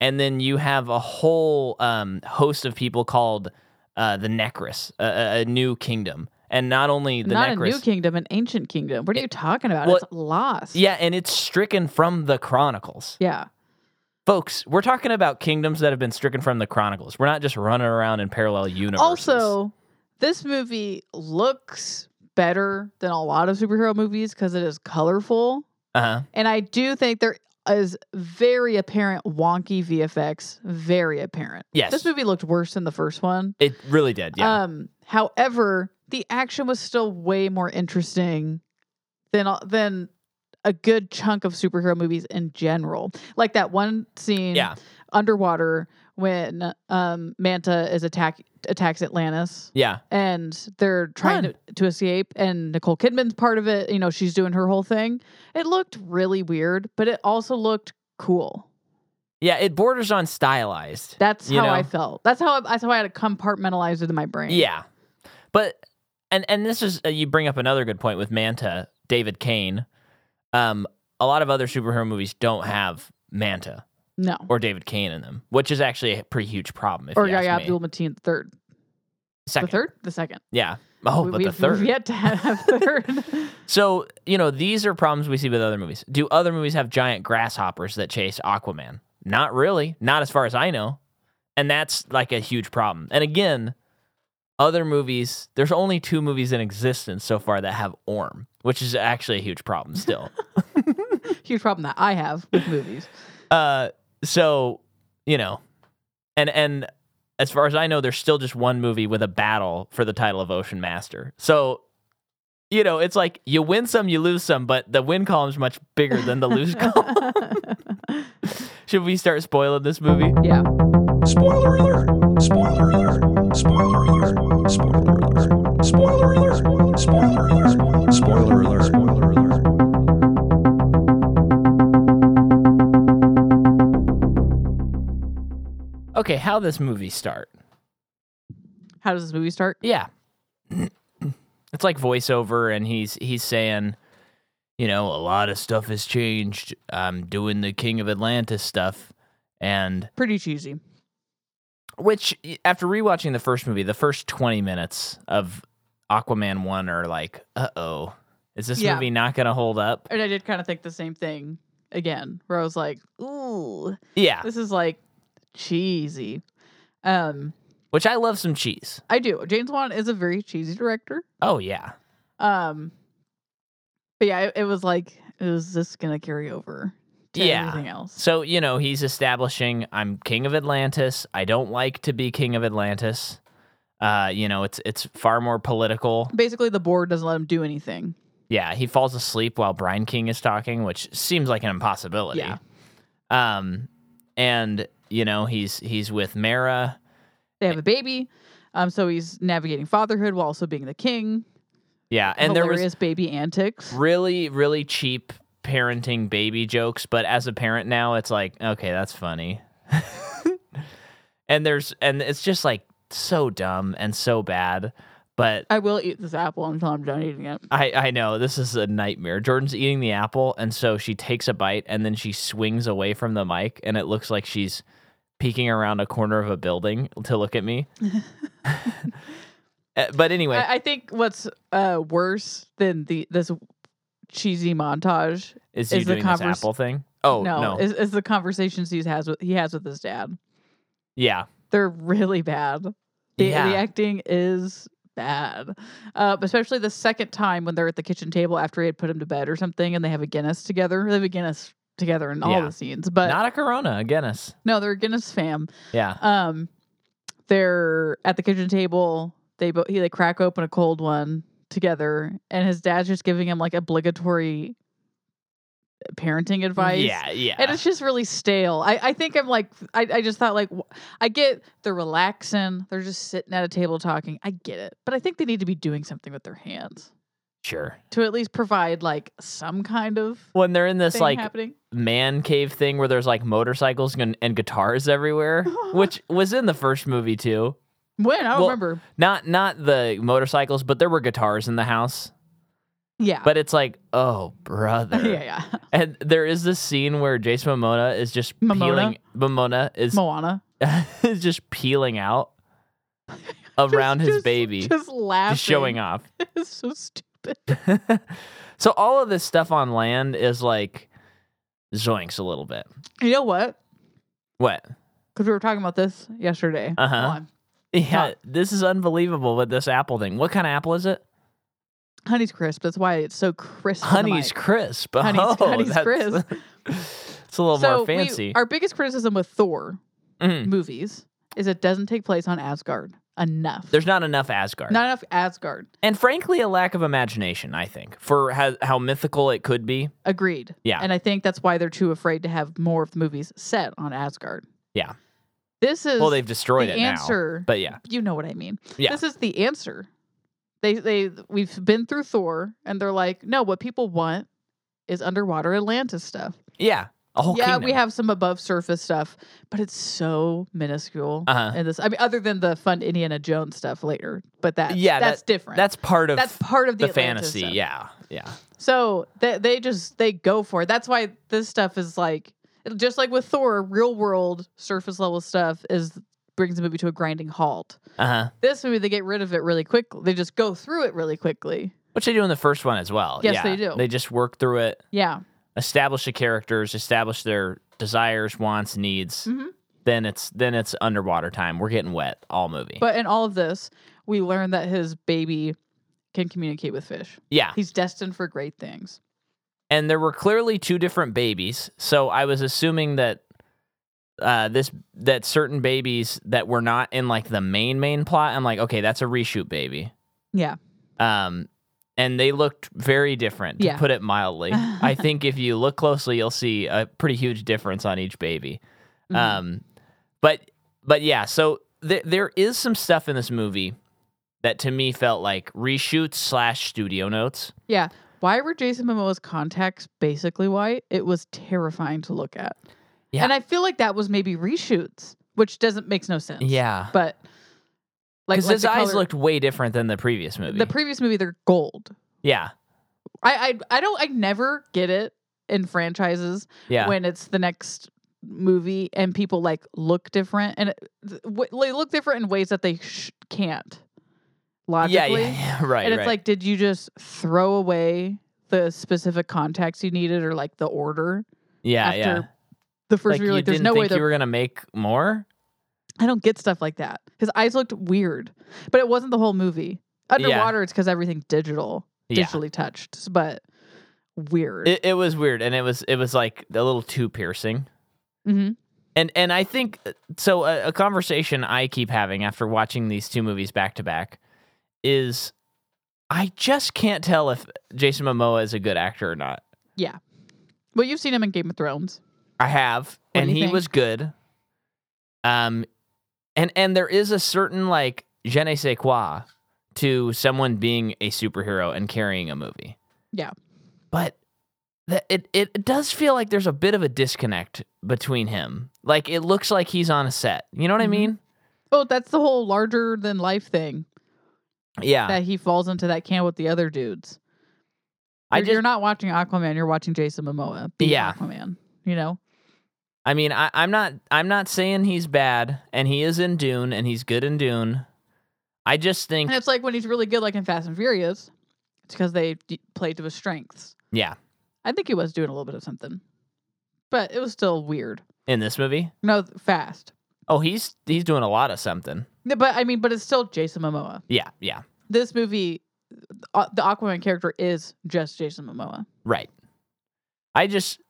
S1: And then you have a whole um, host of people called uh, the Necrus, a- a, a new kingdom. And not only the
S2: not
S1: Necrus.
S2: a new kingdom, an ancient kingdom. What are you talking about?
S1: well,
S2: it's lost.
S1: yeah, and it's stricken from the Chronicles.
S2: Yeah.
S1: Folks, we're talking about kingdoms that have been stricken from the Chronicles. We're not just running around in parallel universes.
S2: Also, this movie looks better than a lot of superhero movies because it is colorful.
S1: uh-huh.
S2: And I do think there is very apparent wonky VFX, very apparent.
S1: yes,
S2: This movie looked worse than the first one.
S1: it really did. Yeah,
S2: Um, however, the action was still way more interesting than all- than a good chunk of superhero movies in general. Like that one scene
S1: yeah,
S2: underwater when um, Manta is attack attacks Atlantis
S1: yeah,
S2: and they're trying to, to escape and Nicole Kidman's part of it, you know, she's doing her whole thing. It looked really weird, but it also looked cool.
S1: yeah. It borders on stylized.
S2: That's
S1: You
S2: how I
S1: know?
S2: felt. That's how I, that's how I had to compartmentalize it in my brain.
S1: Yeah, but and and this is uh, you bring up another good point with Manta, David Kane. Um, a lot of other superhero movies don't have Manta
S2: No.
S1: or David Kane in them, which is actually a pretty huge problem. If
S2: Or
S1: you ask
S2: Yahya
S1: me.
S2: Abdul Mateen the third.
S1: Second.
S2: The third? The second.
S1: yeah. Oh,
S2: we,
S1: but
S2: we've,
S1: the third.
S2: (laughs) we've yet
S1: (laughs)
S2: to have a third. (laughs)
S1: So, you know, these are problems we see with other movies. Do other movies have giant grasshoppers that chase Aquaman? Not really. Not as far as I know. And that's like a huge problem. And again, other movies, there's only two movies in existence so far that have Orm, which is actually a huge problem still.
S2: Huge problem that I have with movies. (laughs)
S1: uh, so, you know, and and as far as I know, there's still just one movie with a battle for the title of Ocean Master. So, you know, it's like you win some, you lose some, but the win column's much bigger than the (laughs) lose column. Should we start spoiling this movie?
S2: yeah.
S3: Spoiler alert! Spoiler alert! Spoiler alert! Spoiler alert! Spoiler alert! Spoiler alert! Spoiler alert! Spoiler alert!
S1: Okay, how this movie start?
S2: How does this movie start?
S1: Yeah. (clears throat) It's like voiceover and he's he's saying, you know, a lot of stuff has changed. I'm doing the King of Atlantis stuff and
S2: Pretty cheesy.
S1: which y- after rewatching the first movie, the first 20 minutes of Aquaman 1 are like, "Uh-oh. Is this
S2: Yeah.
S1: movie not going to hold up?"
S2: And I did kind of think the same thing again, where I was like, ooh,
S1: Yeah,
S2: this is like cheesy. Um,
S1: which I love some cheese.
S2: I do. James Wan is a very cheesy director.
S1: Oh yeah.
S2: Um, but yeah, it, it was like, is this gonna carry over to
S1: Yeah.
S2: everything else?
S1: So, you know, he's establishing I'm king of Atlantis. I don't like to be king of Atlantis. Uh, you know, it's it's far more political.
S2: Basically, the board doesn't let him do anything.
S1: Yeah, he falls asleep while Brian King is talking, which seems like an impossibility.
S2: Yeah.
S1: Um, and you know he's he's with Mara.
S2: They have a baby, um, so he's navigating fatherhood while also being the king.
S1: Yeah, and there
S2: Hilarious
S1: was
S2: baby antics.
S1: really really cheap parenting baby jokes, but as a parent now, it's like okay, that's funny. (laughs) and there's and it's just like so dumb and so bad, but
S2: I will eat this apple until I'm done eating it.
S1: I, I know this is a nightmare. Jordan's eating the apple, and so she takes a bite, and then she swings away from the mic, and it looks like she's peeking around a corner of a building to look at
S2: (laughs)
S1: me. Uh, but anyway,
S2: I, I think what's uh, worse than the this cheesy montage
S1: is you
S2: is the
S1: doing
S2: convers-
S1: this apple thing? Oh no,
S2: no, Is, is the conversations he has with he has with his dad.
S1: yeah,
S2: They're really bad. The,
S1: Yeah.
S2: the acting is bad, uh, especially the second time when they're at the kitchen table after he had put him to bed or something, and they have a Guinness together. They have a Guinness together in all
S1: Yeah.
S2: the scenes, but
S1: not a Corona, a Guinness.
S2: no, they're a Guinness fam.
S1: Yeah,
S2: Um, they're at the kitchen table. They bo- he they crack open a cold one together, and his dad's just giving him like obligatory parenting advice.
S1: yeah, yeah.
S2: And it's just really stale. I, I think I'm like, I, I just thought, like, wh- I get they're relaxing. They're just sitting at a table talking. I get it. But I think they need to be doing something with their hands
S1: sure.
S2: to at least provide, like, some kind of
S1: When they're in this
S2: thing
S1: like
S2: happening.
S1: man cave thing where there's like motorcycles and, and guitars
S2: (laughs)
S1: everywhere, which was in the first movie too.
S2: When? I don't
S1: well-
S2: remember.
S1: Not not the motorcycles, but there were guitars in the house.
S2: Yeah.
S1: But it's like, oh brother.
S2: (laughs) yeah, yeah.
S1: And there is this scene where Jason Momona is just
S2: Momona?
S1: peeling Momona is
S2: (laughs) Moana.
S1: (laughs) is just peeling out around
S2: (laughs) Just-
S1: his
S2: just-
S1: baby. Just,
S2: Just laughing.
S1: showing off.
S2: (laughs) It's so stupid.
S1: so all of this stuff on land is like zoinks a little bit.
S2: You know what?
S1: What?
S2: Because we were talking about this yesterday.
S1: Uh-huh.
S2: on
S1: Yeah,
S2: Huh.
S1: this is unbelievable with this apple thing. What kind of apple is it?
S2: Honey's crisp. That's why it's so crisp. on the
S1: Honey's
S2: mic.
S1: crisp.
S2: Honey's-
S1: oh,
S2: Honey's
S1: that's,
S2: crisp.
S1: (laughs) It's a little
S2: so
S1: more
S2: we-
S1: fancy.
S2: our biggest criticism with Thor
S1: (laughs) Mm.
S2: movies is it doesn't take place on Asgard enough.
S1: There's not enough Asgard.
S2: not enough Asgard.
S1: and frankly a lack of imagination i think for how, how mythical it could be
S2: Agreed.
S1: Yeah.
S2: And I think that's why they're too afraid to have more of the movies set on Asgard.
S1: Yeah.
S2: This is
S1: well they've destroyed
S2: the
S1: it
S2: answer.
S1: now but yeah
S2: you know what I mean.
S1: Yeah.
S2: This is the answer. They they we've been through Thor and they're like, no, what people want is underwater Atlantis stuff.
S1: yeah a whole
S2: yeah,
S1: Oh, kingdom.
S2: we have some above surface stuff, but it's so minuscule.
S1: Uh-huh.
S2: And this I mean other than the fun Indiana Jones stuff later, but that
S1: Yeah,
S2: that's different.
S1: that's part of
S2: that's part of the,
S1: the,
S2: Atlantis
S1: fantasy
S2: stuff.
S1: yeah yeah
S2: So they they just they go for it. That's why this stuff is like just like with Thor, real world surface level stuff is brings the movie to a grinding halt.
S1: uh-huh
S2: This movie, they get rid of it really quickly. They just go through it really quickly.
S1: which they do in the first one as well
S2: Yes,
S1: yeah.
S2: they do.
S1: they just work through it
S2: Yeah.
S1: establish the characters establish their desires wants needs
S2: Mhm.
S1: then it's then it's underwater time we're getting wet all movie
S2: But in all of this, we learn that his baby can communicate with fish.
S1: yeah
S2: He's destined for great things.
S1: and there were clearly two different babies. So I was assuming that uh, this that certain babies that were not in like the main main plot. I'm like, okay, that's a reshoot baby.
S2: Yeah.
S1: Um, and they looked very different, to
S2: Yeah.
S1: put it
S2: (laughs)
S1: mildly. I think if you look closely, you'll see a pretty huge difference on each baby.
S2: Mhm.
S1: Um, but but yeah, so th- there is some stuff in this movie that to me felt like reshoots slash studio notes.
S2: yeah. Why were Jason Momoa's contacts basically white? It was terrifying to look at.
S1: Yeah.
S2: And I feel like that was maybe reshoots, which doesn't makes no sense.
S1: Yeah.
S2: But like,
S1: Because
S2: like
S1: his
S2: the
S1: eyes
S2: color-
S1: looked way different than the previous movie.
S2: the previous movie they're gold.
S1: yeah,
S2: I I I don't I never get it in franchises
S1: yeah,
S2: when it's the next movie and people like look different and it, th- w- they look different in ways that they sh- can't logically.
S1: yeah, yeah, yeah, right.
S2: and it's
S1: right.
S2: like, did you just throw away the specific contacts you needed or like the order?
S1: yeah,
S2: after
S1: yeah.
S2: The first
S1: like
S2: movie,
S1: you
S2: like, there's
S1: didn't
S2: no way
S1: think
S2: they're
S1: you were gonna make more.
S2: I don't get stuff like that. His eyes looked weird, but it wasn't the whole movie. Underwater, it's because everything's digital,
S1: Yeah,
S2: digitally touched, but weird.
S1: it, it was weird, and it was it was like a little too piercing.
S2: hmm
S1: And and I think uh, so. A, a conversation I keep having after watching these two movies back to back is, I just can't tell if Jason Momoa is a good actor or not.
S2: Yeah. Well, you've seen him in Game of Thrones.
S1: I have,
S2: What do
S1: and
S2: you
S1: he
S2: think?
S1: was good. Um, and and there is a certain like je ne sais quoi to someone being a superhero and carrying a movie.
S2: Yeah.
S1: but that it it does feel like there's a bit of a disconnect between him. Like it looks like he's on a set. You know what
S2: Mhm.
S1: I mean?
S2: Oh, that's the whole larger than life thing
S1: Yeah,
S2: that he falls into that camp with the other dudes.
S1: I
S2: You're,
S1: just
S2: you're not watching Aquaman. You're watching Jason Momoa. Be
S1: Yeah.
S2: Aquaman. You know.
S1: I mean, I, I'm not I'm not saying he's bad, and he is in Dune, and he's good in Dune. I just think,
S2: And it's like when he's really good, like in Fast and Furious, it's because they d- played to his strengths.
S1: yeah,
S2: I think he was doing a little bit of something, but it was still weird.
S1: in this movie,
S2: No, fast.
S1: oh, he's he's doing a lot of something.
S2: No, But I mean, but it's still Jason Momoa.
S1: Yeah, yeah,
S2: This movie, uh, the Aquaman character is just Jason Momoa.
S1: right. I just,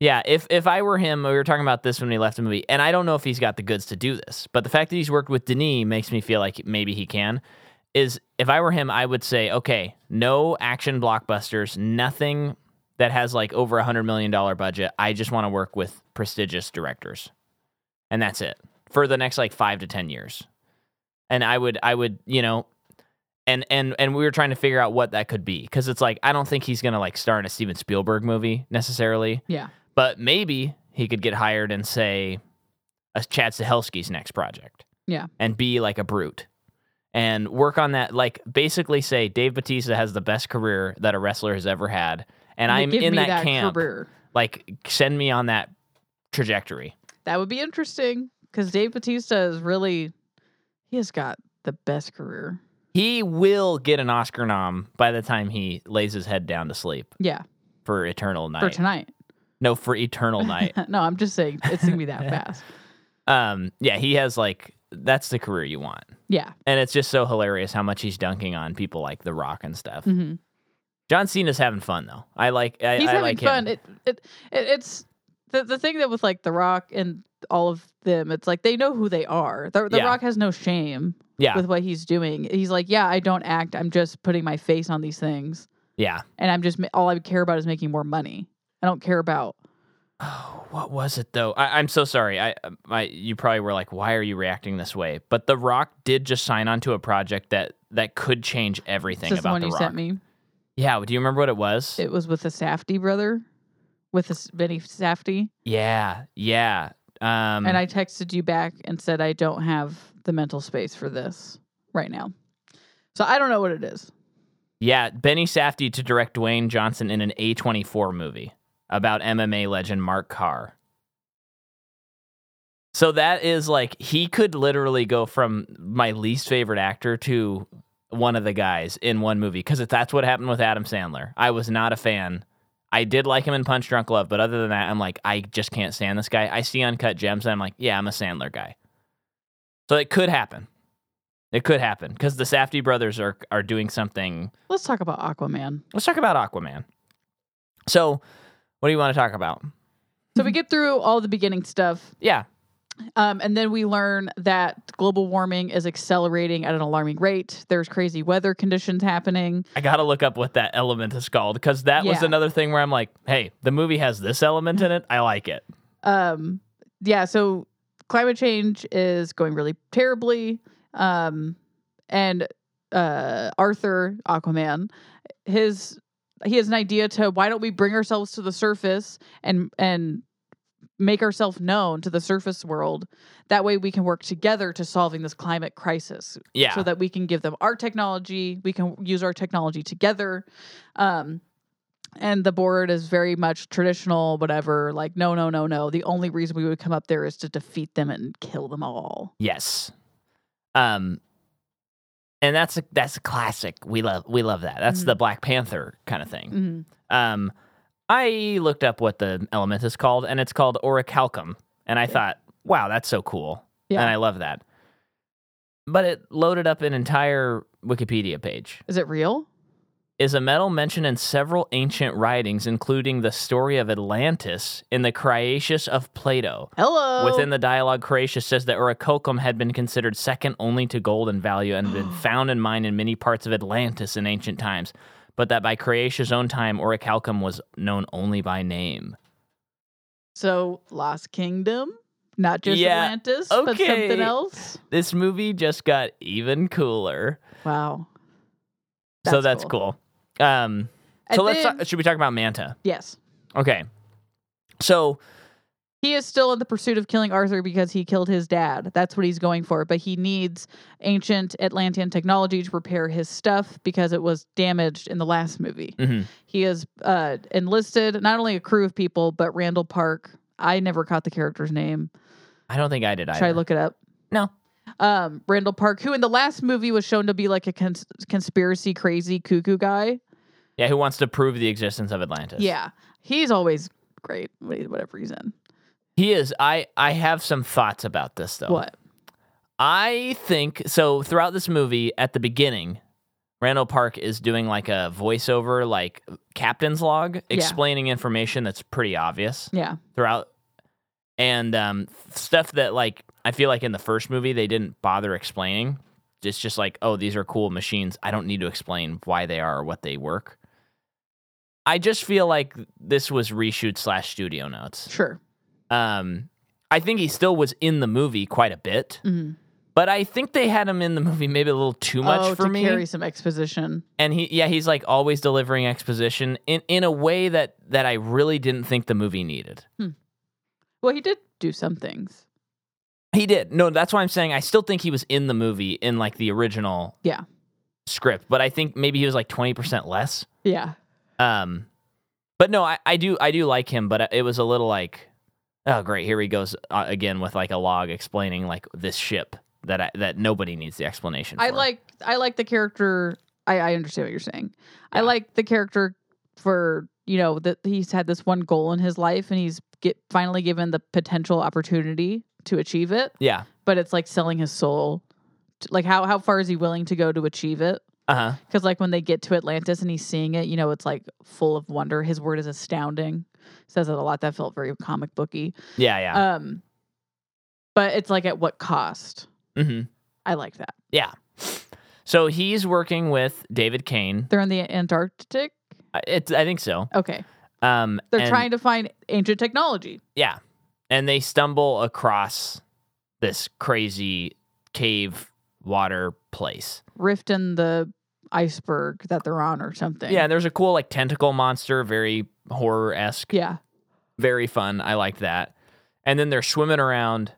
S1: yeah, if if I were him, we were talking about this when we left the movie, and I don't know if he's got the goods to do this, but the fact that he's worked with Denis makes me feel like maybe he can. Is if I were him, I would say, okay, no action blockbusters, nothing that has like over a hundred million dollar budget. I just want to work with prestigious directors, and that's it for the next like five to ten years. And I would, I would, you know, and and and we were trying to figure out what that could be because it's like I don't think he's gonna like star in a Steven Spielberg movie necessarily,
S2: Yeah.
S1: but maybe he could get hired and say, a Chad Stahelski's next project,
S2: Yeah.
S1: and be like a brute, and work on that. Like basically say Dave Batista has the best career that a wrestler has ever had, and
S2: Like,
S1: I'm
S2: give
S1: in
S2: me
S1: that, camp.
S2: career.
S1: Like send me on that trajectory.
S2: That would be interesting because Dave Batista is really, he has got the best career.
S1: He will get an Oscar nom by the time he lays his head down to sleep
S2: Yeah.
S1: for Eternal Night.
S2: For tonight. (laughs)
S1: no, for Eternal Night.
S2: no, I'm just saying it's going to be
S1: (laughs)
S2: that fast.
S1: Um, yeah, he has like that's the career you want,
S2: Yeah.
S1: and it's just so hilarious how much he's dunking on people like The Rock and stuff.
S2: hmm
S1: John Cena's having fun though. I like. I,
S2: he's
S1: I
S2: having
S1: like
S2: fun.
S1: Him.
S2: It, it it it's the the thing that with like The Rock and all of them, it's like they know who they are. The, the
S1: Yeah.
S2: Rock has no shame
S1: yeah,
S2: with what he's doing. He's like, yeah, I don't act. I'm just putting my face on these things,
S1: yeah.
S2: and I'm just ma- all I care about is making more money. I don't care about.
S1: Oh, what was it though? I, I'm so sorry. I, I, you probably were like, why are you reacting this way? But The Rock did just sign on to a project that that could change everything
S2: This is the
S1: about
S2: one
S1: The
S2: you
S1: Rock.
S2: sent me.
S1: Yeah. Do you remember what it was?
S2: It was with the Safety brother, with the S- Vinny Safety,
S1: yeah. Yeah. Um,
S2: and I texted you back and said I don't have the mental space for this right now. So I don't know what it is.
S1: Yeah, Benny Safdie to direct Dwayne Johnson in an A24 movie about MMA legend Mark Carr. So that is like he could literally go from my least favorite actor to one of the guys in one movie because that's what happened with Adam Sandler. I was not a fan. I did like him in Punch Drunk Love, but other than that, I'm like, I just can't stand this guy. I see Uncut Gems and I'm like, yeah, I'm a Sandler guy. So it could happen. It could happen because the Safdie brothers are are doing something
S2: Let's talk about Aquaman.
S1: let's talk about Aquaman. So, what do you want to talk about?
S2: So we get through all the beginning stuff,
S1: Yeah,
S2: um, and then we learn that global warming is accelerating at an alarming rate. There's crazy weather conditions happening.
S1: I got to look up what that element is called because that was
S2: Yeah.
S1: another thing where I'm like, hey, the movie has this element in it. I like it.
S2: Um, yeah, so climate change is going really terribly, um, and uh, Arthur Aquaman, his he has an idea to why don't we bring ourselves to the surface and and make ourselves known to the surface world that way we can work together to solving this climate crisis
S1: Yeah,
S2: so that we can give them our technology. We can use our technology together. Um, and the board is very much traditional, whatever. Like, no, no, no, no. The only reason we would come up there is to defeat them and kill them all.
S1: yes. Um, and that's a, that's a classic. We love we love that. That's
S2: Mhm.
S1: the Black Panther kind of thing.
S2: Mm-hmm.
S1: Um, I looked up what the element is called, and it's called orichalcum. And I thought, wow, that's so cool.
S2: Yeah.
S1: And I love that. But it loaded up an entire Wikipedia page.
S2: Is it real?
S1: is a metal mentioned in several ancient writings, including the story of Atlantis in the Critias of Plato.
S2: Hello.
S1: Within the dialogue, Cratius says that orichalcum had been considered second only to gold in value and had
S2: (gasps)
S1: been found in mine in many parts of Atlantis in ancient times, but that by Cratius' own time, orichalcum was known only by name.
S2: so Lost Kingdom, not just
S1: Yeah,
S2: Atlantis, but
S1: okay.
S2: something else.
S1: This movie just got even cooler,
S2: Wow.
S1: so that's cool. Um,
S2: And
S1: so let's
S2: then-
S1: talk, should we talk about Manta?
S2: Yes.
S1: Okay, so
S2: He is still in the pursuit of killing Arthur because he killed his dad. That's what he's going for. But he needs ancient Atlantean technology to repair his stuff because it was damaged in the last movie.
S1: mhm.
S2: He has uh, enlisted not only a crew of people, but Randall Park. I never caught the character's name.
S1: I don't think I did either.
S2: Should I look it up?
S1: No.
S2: Um, Randall Park, who in the last movie was shown to be like a cons- conspiracy crazy cuckoo guy.
S1: Yeah, who wants to prove the existence of Atlantis?
S2: Yeah. He's always great, wh- whatever he's in.
S1: he is. I I have some thoughts about this though.
S2: What?
S1: I think so. Throughout this movie, at the beginning, Randall Park is doing like a voiceover, like captain's log, explaining information that's pretty obvious
S2: Yeah.
S1: throughout, and um, stuff that like I feel like in the first movie they didn't bother explaining. It's just like, oh, these are cool machines. I don't need to explain why they are or what they work. I just feel like this was reshoot slash studio notes.
S2: Sure.
S1: Um, I think he still was in the movie quite a bit.
S2: Mm-hmm.
S1: But I think they had him in the movie maybe a little too much
S2: oh,
S1: for
S2: to
S1: me.
S2: carry some exposition.
S1: And he yeah, he's like always delivering exposition in in a way that that I really didn't think the movie needed.
S2: Well, he did do some things.
S1: He did. No, that's why I'm saying I still think he was in the movie in like the original
S2: Yeah.
S1: script, but I think maybe he was like 20% less.
S2: Yeah.
S1: Um but no, I, I do I do like him, but uh, it was a little like oh great, here he goes uh, again with like a log explaining like this ship that I, that nobody needs the explanation
S2: I
S1: for.
S2: like I like the character. I, I understand what you're saying. I
S1: Yeah.
S2: like the character for you know that he's had this one goal in his life and he's get finally given the potential opportunity to achieve it.
S1: Yeah.
S2: But it's like selling his soul. To- Like how how far is he willing to go to achieve it?
S1: Uh-huh.
S2: Because like when they get to Atlantis and he's seeing it, you know it's like full of wonder. His word is astounding. Says it a lot. That felt very comic booky.
S1: Yeah, yeah.
S2: Um, but it's like at what cost?
S1: mhm.
S2: I like that.
S1: So he's working with David Kane.
S2: They're in the Antarctic.
S1: I- It's, I think so.
S2: Okay,
S1: Um,
S2: they're
S1: and-
S2: trying to find ancient technology.
S1: Yeah, and they stumble across this crazy cave water place.
S2: Rift in the iceberg that they're on, or something.
S1: Yeah, and there's a cool like tentacle monster, very horror esque,
S2: yeah.
S1: very fun. I liked that. And then they're swimming around,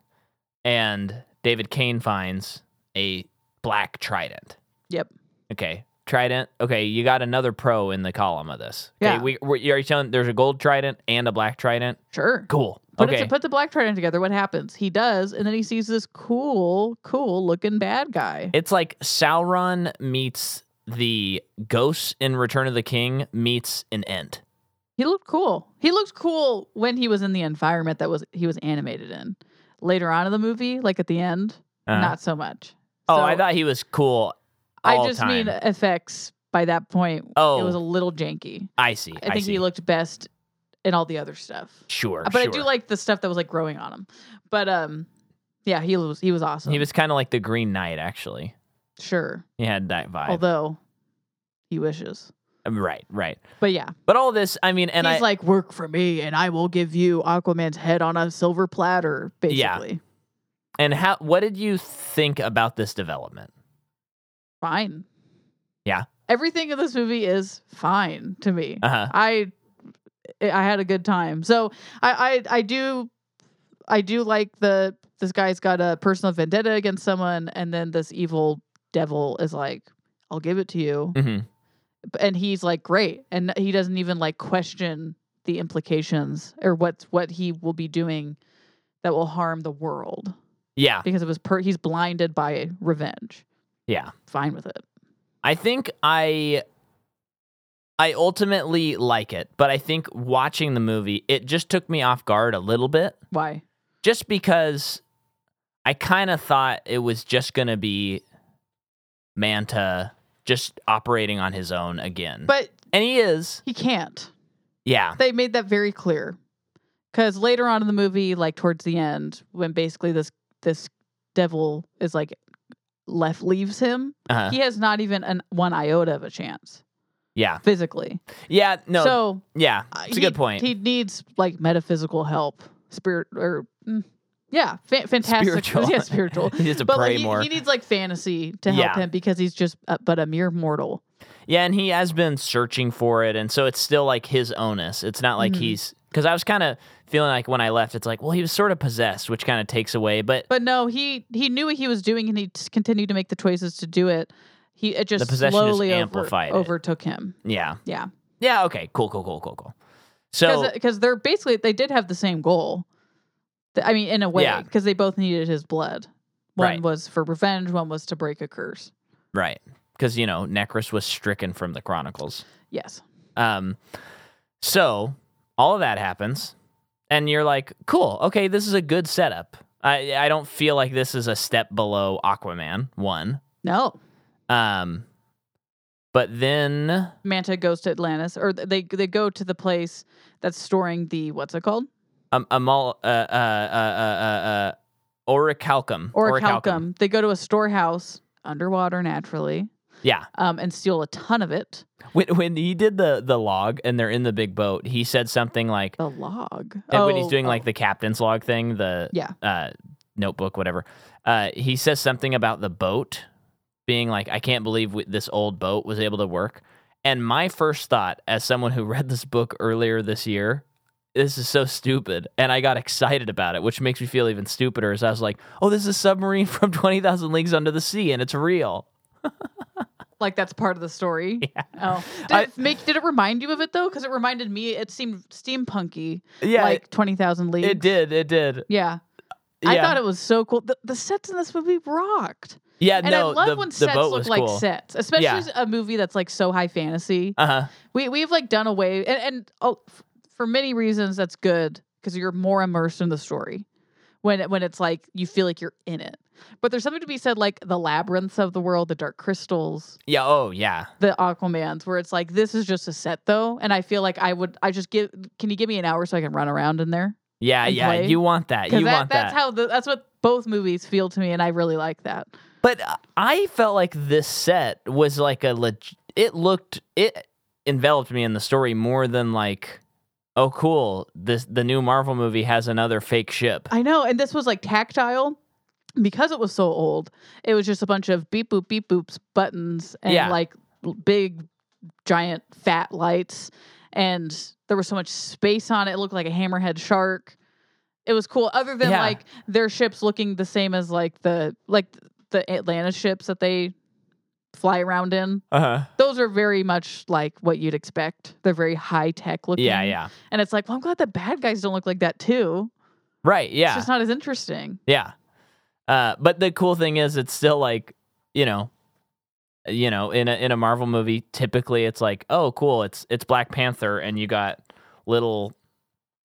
S1: and David Kane finds a black trident.
S2: Yep.
S1: Okay. Trident. Okay, you got another pro in the column of this. Okay,
S2: Yeah.
S1: we, we are you telling there's a gold trident and a black trident.
S2: Sure.
S1: Cool.
S2: Put,
S1: okay.
S2: it to, put the black trident together. What happens? He does, and then he sees this cool, cool looking bad guy.
S1: It's like Sauron meets the ghosts in Return of the King meets an Ent.
S2: He looked cool. He looked cool when he was in the environment that was he was animated in. Later on in the movie, like at the end, not so much.
S1: oh,
S2: So-
S1: I thought he was cool. All
S2: I just
S1: time.
S2: mean effects by that point.
S1: Oh.
S2: It was a little janky.
S1: I see.
S2: I think
S1: see.
S2: he looked best in all the other stuff.
S1: sure.
S2: but I do
S1: sure.
S2: like the stuff that was like growing on him. But um yeah, he was he was awesome.
S1: He was kind of like the Green Knight, actually.
S2: sure.
S1: He had that vibe. Um,
S2: Although he wishes.
S1: right, right.
S2: But yeah,
S1: But all this, I mean, and
S2: he's
S1: I,
S2: like work for me and I will give you Aquaman's head on a silver platter
S1: Yeah.
S2: basically.
S1: and how? What did you think about this development?
S2: Fine.
S1: Yeah.
S2: Everything in this movie is fine to me.
S1: Uh huh.
S2: I I had a good time. So I I, I do I do like the this guy's got a personal vendetta against someone, and then this evil devil is like, "I'll give it to you,"
S1: hmm
S2: and he's like, "Great," and he doesn't even like question the implications or what's what he will be doing that will harm the world
S1: Yeah,
S2: because it was per- he's blinded by revenge.
S1: yeah.
S2: Fine with it.
S1: I think I I ultimately like it, but I think watching the movie, it just took me off guard a little bit
S2: Why?
S1: just because I kind of thought it was just going to be Manta just operating on his own again.
S2: But
S1: and he is.
S2: he can't.
S1: Yeah.
S2: They made that very clear. Cuz later on in the movie, like towards the end, when basically this this devil is like left leaves him,
S1: Uh-huh.
S2: he has not even an one iota of a chance
S1: Yeah.
S2: physically.
S1: Yeah. No.
S2: So
S1: yeah.
S2: uh,
S1: It's a
S2: he-
S1: good point.
S2: He needs like metaphysical help, spirit or mm, yeah, fa- fantastic.
S1: Spiritual.
S2: (laughs) Yeah, spiritual.
S1: (laughs) he needs to
S2: But
S1: pray
S2: like, he,
S1: more.
S2: he needs like fantasy to help
S1: Yeah.
S2: him because he's just uh, but a mere mortal.
S1: Yeah, and he has been searching for it, and so it's still like his onus. It's not like
S2: Mhm.
S1: he's because I was kind of feeling like when I left, it's like, well, he was sort of possessed, which kind of takes away. But
S2: But no, he he knew what he was doing and he just continued to make the choices to do it. He it just
S1: The possession just
S2: slowly over-
S1: amplified it.
S2: overtook him.
S1: yeah,
S2: Yeah,
S1: yeah, okay, cool, cool, cool, cool, cool. So
S2: because they're basically they did have the same goal. Th- I mean, in a way,
S1: Yeah.
S2: because they both needed his blood. One
S1: Right.
S2: was for revenge. One was to break a curse.
S1: right, because you know Necrus was stricken from the Chronicles.
S2: Yes.
S1: Um, so all of that happens, and you're like, cool, okay, this is a good setup. I I don't feel like this is a step below Aquaman one.
S2: No.
S1: Um, but then
S2: Manta goes to Atlantis, or th- they they go to the place that's storing the what's it called?
S1: um, amal, uh, uh, uh, uh, uh, uh, orichalcum.
S2: Orichalcum. They go to a storehouse underwater, naturally,
S1: Yeah.
S2: um, and steal a ton of it.
S1: When, when he did the, the log and they're in the big boat, he said something like,
S2: The log.
S1: and when he's
S2: Oh,
S1: doing
S2: oh.
S1: like the captain's log thing, the
S2: Yeah.
S1: uh, notebook, whatever, uh, he says something about the boat being like, I can't believe w- this old boat was able to work. And my first thought, as someone who (laughs) read this book earlier this year, this is so stupid. And I got excited about it, which makes me feel even stupider. Is I was like, oh, this is a submarine (laughs) from 20,000 Leagues Under the Sea, and it's real.
S2: like that's part of the story.
S1: (laughs)
S2: Oh, did
S1: I-
S2: it make? Did it remind you of it though? Because it reminded me. It seemed steampunky,
S1: Yeah.
S2: like twenty thousand
S1: it,
S2: leagues.
S1: it did. It did.
S2: Yeah.
S1: Yeah.
S2: I thought it was so cool. The, the sets in this movie rocked,
S1: yeah,
S2: and
S1: Uh, no,
S2: I love
S1: the,
S2: when
S1: the
S2: sets
S1: boat
S2: look
S1: was
S2: like
S1: cool.
S2: sets, especially
S1: Yeah.
S2: a movie that's like so high fantasy.
S1: Uh huh.
S2: We we've like done away and, and oh, f- for many reasons that's good because you're more immersed in the story when it, when it's like you feel like you're in it. But there's something to be said like the labyrinths of the world, the dark crystals,
S1: Yeah. Oh, yeah.
S2: the Aquaman's, where it's like this is just a set though, and I feel like I would I just give can you give me an hour so I can run around in there?
S1: Yeah.
S2: And
S1: Yeah.
S2: play.
S1: You want that. Uh, You
S2: that,
S1: want that.
S2: that's how the, that's what both movies feel to me, and I really like that.
S1: But uh, I felt like this set was like a leg. It looked it enveloped me in the story more than like, oh cool, this the new Marvel movie has another fake ship.
S2: I know, and this was like tactile because it was so old. It was just a bunch of beep boop beep boops buttons and
S1: Yeah.
S2: like l- big, giant, fat lights, and there was so much space on it. It looked like a hammerhead shark. It was cool. Other than
S1: Yeah.
S2: like their ships looking the same as like the like the Atlanta ships that they fly around in.
S1: Uh huh.
S2: Those are very much like what you'd expect. They're very high tech looking.
S1: Yeah, yeah.
S2: And it's like, well, I'm glad the bad guys don't look like that too.
S1: Right.
S2: It's
S1: Yeah.
S2: just not as interesting.
S1: yeah. Uh, but the cool thing is, it's still like you know, you know, in a in a Marvel movie, typically it's like, oh cool, it's it's Black Panther, and you got little.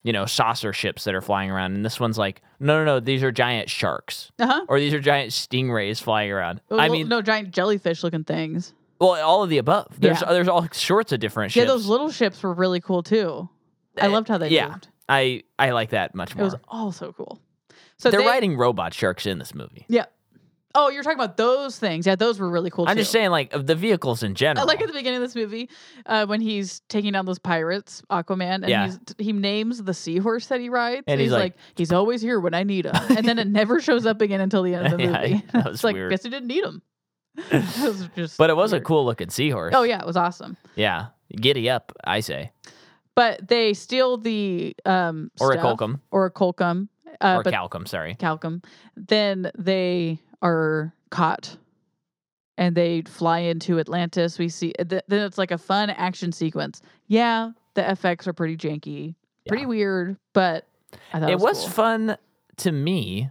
S1: You know, saucer ships that are flying around, and this one's like, no, no, no, these are giant sharks.
S2: Uh huh.
S1: or these are giant stingrays flying around.
S2: Oh,
S1: I
S2: well,
S1: mean,
S2: no giant jellyfish looking things.
S1: well, all of the above. There's
S2: Yeah.
S1: there's all sorts of different
S2: Yeah,
S1: ships.
S2: those little ships were really cool too. I
S1: Uh,
S2: loved how they
S1: yeah,
S2: moved.
S1: I I like that much
S2: It
S1: more.
S2: was all so cool. So
S1: They're
S2: they-
S1: riding robot sharks in this movie.
S2: Yeah. Oh, you're talking about those things. Yeah, those were really cool.
S1: I'm
S2: too.
S1: just saying, like of the vehicles in
S2: I
S1: general.
S2: like at the beginning of this movie uh, when he's taking down those pirates, Aquaman, and
S1: Yeah.
S2: he's, he names the seahorse that he rides.
S1: And he's like-
S2: he's always here when I need him. And
S1: (laughs)
S2: then it never shows up again until the end of the
S1: Yeah,
S2: movie.
S1: that was
S2: (laughs) it's like,
S1: weird.
S2: guess he didn't need
S1: (laughs)
S2: him. (laughs) It was just
S1: but it was a
S2: weird.
S1: cool looking seahorse.
S2: Oh, yeah, it was awesome.
S1: yeah. Giddy up, I say,
S2: But they steal the um,
S1: or a
S2: stuff.
S1: colcum,
S2: or a colcum, uh,
S1: or
S2: but
S1: calcum. Sorry.
S2: calcum, then they are caught and they fly into Atlantis. We see th- then it's like a fun action sequence. Yeah, the FX are pretty janky, pretty
S1: Yeah.
S2: weird, but I thought it,
S1: it was
S2: cool.
S1: fun to me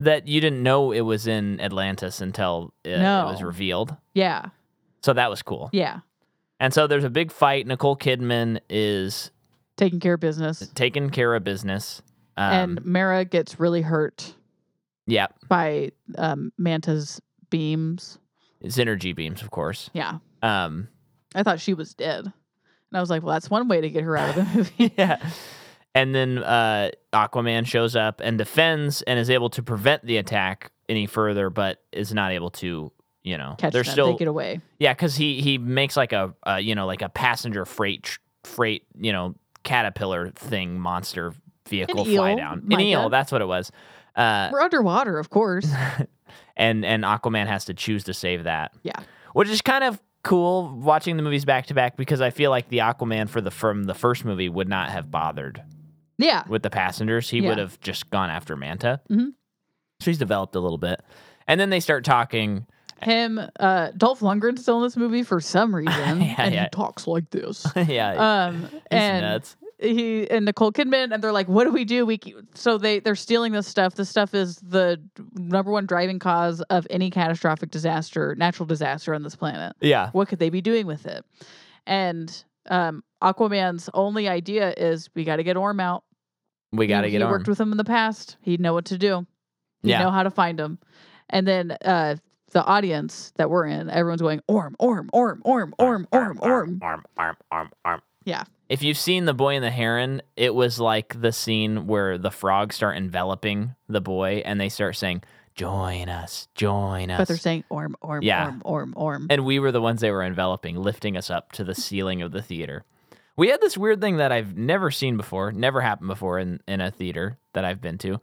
S1: that you didn't know it was in Atlantis until it, it was
S2: No.
S1: revealed.
S2: Yeah,
S1: So that was cool.
S2: yeah,
S1: And so there's a big fight. Nicole Kidman is
S2: taking care of business.
S1: taking care of business. Um,
S2: and Mara gets really hurt
S1: yeah,
S2: by um, Manta's beams.
S1: It's energy beams, of course.
S2: Yeah.
S1: Um,
S2: I thought she was dead. And I was like, well, that's one way to get her
S1: (laughs)
S2: out of the movie.
S1: yeah. And then uh, Aquaman shows up and defends and is able to prevent the attack any further, but is not able to, you know,
S2: Catch
S1: they're
S2: them,
S1: still
S2: take it away.
S1: yeah, because he he makes like a uh, you know like a passenger freight tr- freight you know caterpillar thing monster vehicle
S2: An
S1: fly
S2: eel,
S1: down an
S2: Micah.
S1: eel that's what it was, uh,
S2: We're underwater,
S1: (laughs)
S2: of course.
S1: and and Aquaman has to choose to save that.
S2: Yeah.
S1: which is kind of cool watching the movies back to back because I feel like the Aquaman for the from the first movie would not have bothered
S2: Yeah.
S1: with the passengers. He
S2: Yeah.
S1: would have just gone after Manta.
S2: Mhm.
S1: So he's developed a little bit, and then they start talking. (laughs)
S2: Him, uh, Dolph Lundgren's still in this movie for some
S1: (laughs)
S2: reason.
S1: Yeah,
S2: and
S1: yeah.
S2: he talks like
S1: (laughs)
S2: this.
S1: yeah,
S2: Um,
S1: he's
S2: and
S1: nuts.
S2: he and Nicole Kidman, and they're like, "What do we do?" We keep... so they they're stealing this stuff. This stuff is the number one driving cause of any catastrophic disaster, natural disaster on this planet.
S1: Yeah,
S2: What could they be doing with it? And um, Aquaman's only idea is we got to get Orm out.
S1: we got to
S2: he,
S1: get
S2: he
S1: on.
S2: worked with him in the past. He'd know what to do. He'd
S1: Yeah.
S2: know how to find him. And then uh, the audience that we're in, everyone's going Orm, Orm, Orm, Orm, Orm, Orm, Orm.
S1: arm, arm, arm, arm.
S2: Yeah.
S1: If you've seen The Boy and the Heron, it was like the scene where the frogs start enveloping the boy and they start saying, Join us, join us.
S2: But they're saying Orm, Orm,
S1: Yeah.
S2: Orm, Orm, Orm.
S1: and we were the ones they were enveloping, lifting us up to the ceiling of the theater. We had this weird thing that I've never seen before, never happened before in, in a theater that I've been to,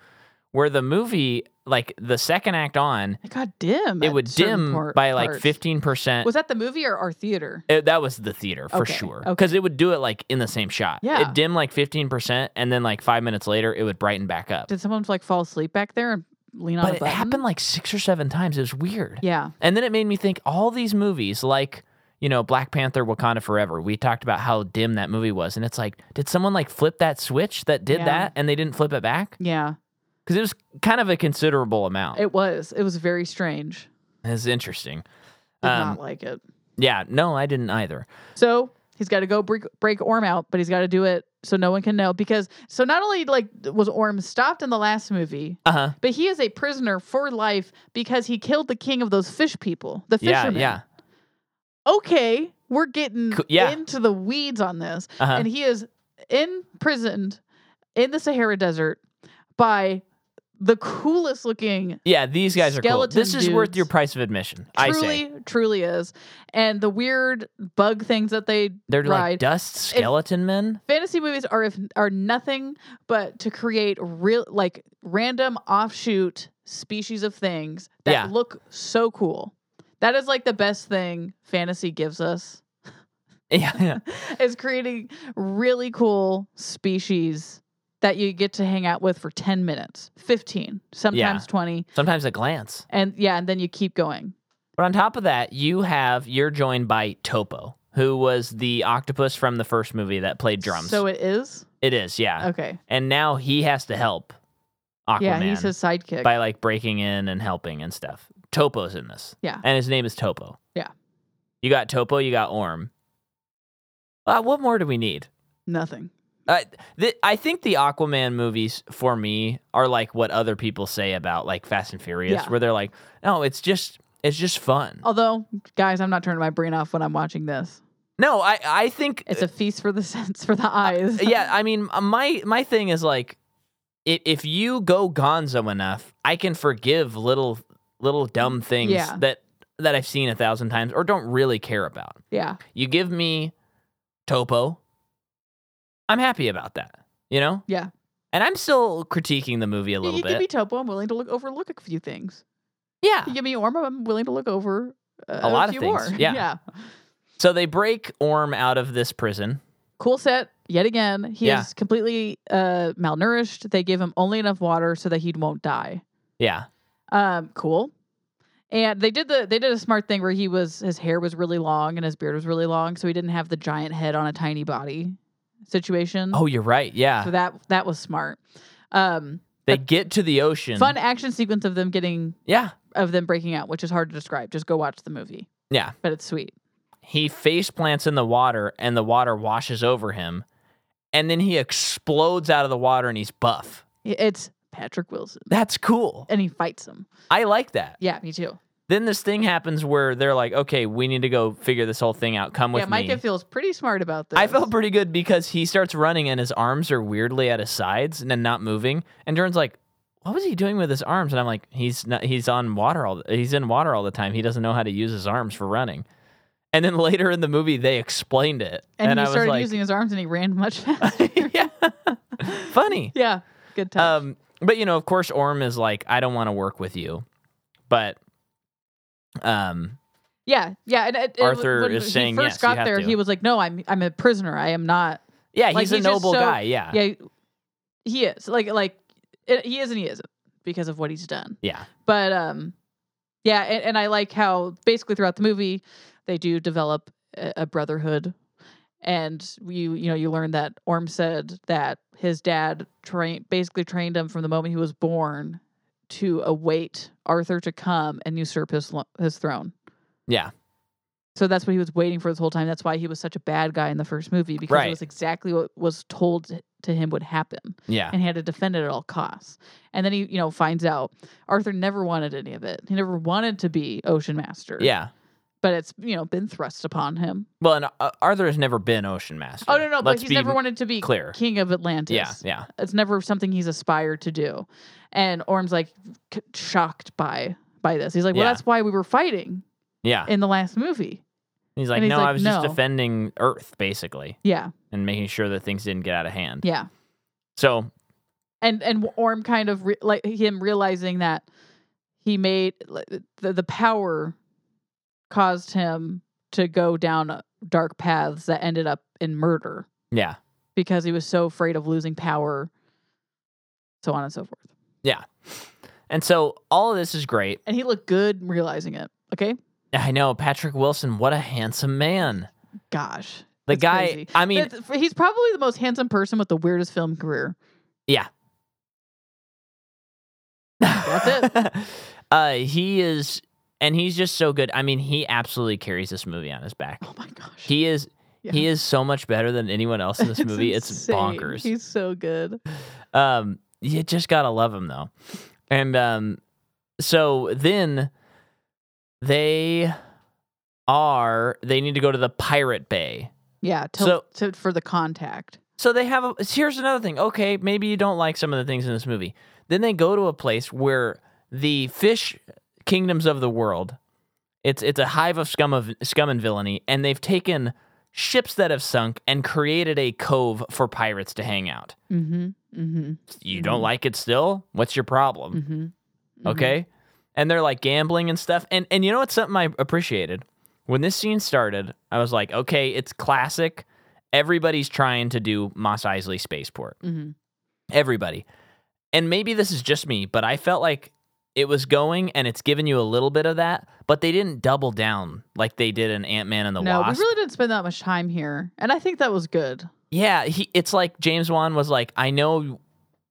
S1: where the movie, like the second act on,
S2: It got dim.
S1: it
S2: at
S1: would
S2: certain
S1: dim
S2: par-
S1: by like
S2: parts.
S1: 15%.
S2: Was that the movie or our theater?
S1: It, that was the theater for
S2: Okay,
S1: sure.
S2: okay.
S1: Because it would do it like in the same shot.
S2: Yeah.
S1: It dimmed like 15%, and then like five minutes later, it would brighten back up.
S2: Did someone like fall asleep back there and lean on
S1: but
S2: a
S1: it
S2: button?
S1: happened like six or seven times. It was weird.
S2: Yeah,
S1: And then it made me think all these movies, like, you know, Black Panther, Wakanda Forever, we talked about how dim that movie was. And it's like, did someone like flip that switch that did
S2: Yeah.
S1: that and they didn't flip it back?
S2: yeah.
S1: Because it was kind of a considerable amount. It,
S2: It was. It was very strange.
S1: was interesting.
S2: Did
S1: Um,
S2: not like it.
S1: yeah, no, I didn't either.
S2: So he's got to go break, break Orm out, but he's got to do it so no one can know because so not only like was Orm stopped in the last movie,
S1: Uh huh.
S2: but he is a prisoner for life because he killed the king of those fish people, the
S1: Yeah,
S2: fishermen.
S1: yeah.
S2: Okay, we're getting
S1: Co- yeah.
S2: into the weeds on this.
S1: Uh huh.
S2: and he is imprisoned in the Sahara Desert by the coolest looking,
S1: Yeah, these guys are cool.
S2: Skeleton
S1: This is worth
S2: dudes.
S1: your price of admission. I say
S2: truly, truly is, and the weird bug things that they
S1: they're like
S2: ride.
S1: dust skeleton men. (laughs)
S2: Fantasy movies are if are nothing but to create real like random offshoot species of things that
S1: Yeah.
S2: look so cool. That is like the best thing fantasy gives us
S1: Yeah, yeah.
S2: is creating really cool species that you get to hang out with for 10 minutes, 15, sometimes 20.
S1: Sometimes a glance.
S2: And yeah, and then you keep going.
S1: But on top of that, you have you're joined by Topo, who was the octopus from the first movie that played drums. Uh,
S2: So it is?
S1: it is, yeah.
S2: Okay.
S1: And now he has to help Aquaman
S2: Yeah, he's his sidekick.
S1: by like breaking in and helping and stuff. Topo's in this.
S2: Yeah.
S1: And his name is Topo.
S2: Yeah.
S1: You got Topo, you got Orm. Uh, what more do we need?
S2: Nothing.
S1: Uh, th- I think the Aquaman movies for me are like what other people say about like Fast and Furious,
S2: Yeah. Oh.
S1: where they're like, no, it's just it's just fun.
S2: Although, guys, I'm not turning my brain off when I'm watching this.
S1: No, I I think
S2: It's a feast for the (laughs) sense, for the eyes.
S1: Uh, yeah. I mean, uh, my my thing is like, i- if you go Gonzo enough, I can forgive little little dumb things
S2: Yeah.
S1: that that I've seen a thousand times or don't really care about.
S2: (laughs) yeah.
S1: You give me Topo, I'm happy about that. You know.
S2: Yeah.
S1: And I'm still critiquing the movie a
S2: You,
S1: little
S2: you
S1: bit.
S2: give me Topo, I'm willing to look overlook a few things.
S1: yeah.
S2: You give me Orm, I'm willing to look over uh,
S1: A lot of
S2: few
S1: things,
S2: More.
S1: yeah.
S2: yeah.
S1: So they break Orm out of this prison.
S2: cool set yet again. He
S1: Yeah.
S2: is completely uh, malnourished. They give him only enough water so that he won't die.
S1: Yeah.
S2: Um, cool. And they did the they did a smart thing where he was his hair was really long and his beard was really long, so he didn't have the giant head on a tiny body situation.
S1: Oh, you're right. Yeah.
S2: Mm-hmm. so that that was smart. Um,
S1: they get to the ocean.
S2: fun action sequence of them getting
S1: Yeah.
S2: of them breaking out, which is hard to describe. Just go watch the movie.
S1: Yeah.
S2: but it's sweet.
S1: He face plants in the water and the water washes over him. And then he explodes out of the water and he's buff.
S2: It's Patrick Wilson,
S1: That's cool.
S2: and he fights him.
S1: I like that.
S2: Yeah, me too.
S1: Then this thing happens where they're like, okay, we need to go figure this whole thing out. Come
S2: yeah,
S1: with
S2: Micah
S1: me.
S2: feels pretty smart about this.
S1: I felt pretty good because he starts running and his arms are weirdly at his sides and then not moving. And Duran's like, "What was he doing with his arms?" And I'm like, "He's not, he's on water all the, he's in water all the time. He doesn't know how to use his arms for running." And then (laughs) later in the movie, they explained it,
S2: and,
S1: I
S2: he started
S1: was
S2: using his arms and he
S1: (laughs)
S2: ran much faster.
S1: like, "Yeah, funny."
S2: (laughs) yeah, good touch.
S1: Um, but you know, of course, Orm is like, "I don't want to work with you," but um,
S2: yeah, yeah. And it, it-
S1: Arthur
S2: when
S1: is
S2: he
S1: saying,
S2: first
S1: yes, you
S2: got
S1: have
S2: there,
S1: to.
S2: he was like, "No, I'm I'm a prisoner. I am not."
S1: yeah,
S2: Like,
S1: he's a
S2: he's just
S1: noble
S2: so-
S1: guy. Yeah,
S2: Yeah, he is like like it, he is and he isn't because of what he's done.
S1: yeah.
S2: but um yeah and, and i like how basically throughout the movie they do develop a, a brotherhood and you you know you learn that orm said that his dad trained basically trained him from the moment he was born to await arthur to come and usurp his lo- his throne
S1: Yeah.
S2: so that's what he was waiting for this whole time that's why he was such a bad guy in the first movie because
S1: Right.
S2: it was exactly what was told to him would happen
S1: yeah.
S2: and he had to defend it at all costs. And then he, you know, finds out Arthur never wanted any of it. He never wanted to be Ocean Master.
S1: Yeah.
S2: But it's, you know, been thrust upon him.
S1: Well, and uh, Arthur has never been Ocean Master.
S2: Oh, no, no,
S1: Let's
S2: but he's
S1: be
S2: never wanted to be
S1: clear.
S2: King of Atlantis.
S1: Yeah, yeah,
S2: It's never something he's aspired to do. And Orm's like c- shocked by by this. He's like, well,
S1: Yeah.
S2: that's why we were fighting
S1: yeah.
S2: in the last movie.
S1: He's like,
S2: and he's
S1: no, I
S2: like,
S1: was just
S2: "No."
S1: defending Earth basically
S2: Yeah.
S1: and making sure that things didn't get out of hand.
S2: Yeah.
S1: So
S2: and and Orm kind of re- like him realizing that he made like, the the power caused him to go down uh, dark paths that ended up in murder
S1: yeah,
S2: because he was so afraid of losing power, so on and so forth.
S1: yeah, and so all of this is great.
S2: And he looked good realizing it. Okay,
S1: I know Patrick Wilson, what a handsome man.
S2: gosh,
S1: The
S2: that's
S1: guy,
S2: crazy.
S1: I mean,
S2: That's- he's probably the most handsome person with the weirdest film career. (laughs)
S1: that's it. (laughs) uh, he is, and he's just so good. I mean, he absolutely carries this movie on his back.
S2: Oh my gosh, (laughs)
S1: He is,
S2: Yeah.
S1: he is so much better than anyone else in
S2: (laughs)
S1: this movie. It's
S2: insane.
S1: bonkers.
S2: He's so good.
S1: Um, you just gotta love him though. And um, so then they are they need to go to the pirate bay.
S2: Yeah, to,
S1: So-
S2: to, for the contact.
S1: So they have a here's another thing. Okay, maybe you don't like some of the things in this movie. Then they go to a place where the fish kingdoms of the world. It's it's a hive of scum of scum and villainy, and they've taken ships that have sunk and created a cove for pirates to hang out.
S2: Mm-hmm. Mm-hmm.
S1: You don't
S2: Mhm.
S1: like it still? What's your problem?
S2: Mm-hmm.
S1: okay and they're like gambling and stuff and and you know what's something i appreciated when this scene started i was like okay it's classic everybody's trying to do moss isley spaceport
S2: Mm-hmm.
S1: everybody and maybe this is just me but i felt like it was going and it's given you a little bit of that but they didn't double down like they did in ant-man and the
S2: No,
S1: wasp
S2: we really didn't spend that much time here, and I think that was good.
S1: yeah he, it's like james wan was like i know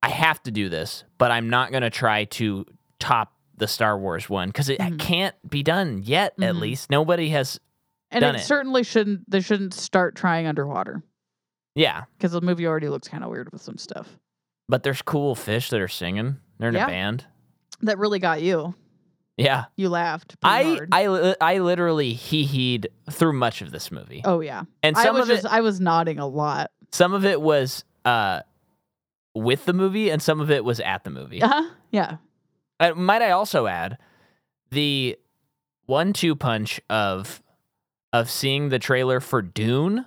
S1: i have to do this but i'm not going to try to top the star wars one because it
S2: Mhm.
S1: can't be done yet at
S2: Mhm.
S1: least nobody has
S2: And
S1: Done it.
S2: it,
S1: certainly
S2: certainly shouldn't. They shouldn't start trying underwater
S1: yeah
S2: because the movie already looks kind of weird with some stuff
S1: but there's cool fish that are singing they're in
S2: Yeah.
S1: a band
S2: that really got you.
S1: yeah
S2: You laughed. pretty
S1: I,
S2: hard.
S1: I li- i literally hee heed through much of this movie
S2: oh yeah,
S1: and
S2: I
S1: some
S2: was
S1: of
S2: just
S1: it
S2: I was nodding a lot.
S1: some of it was uh with the movie and some of it was at the movie
S2: Uh-huh. Yeah,
S1: Uh, might I also add the one-two punch of of seeing the trailer for Dune,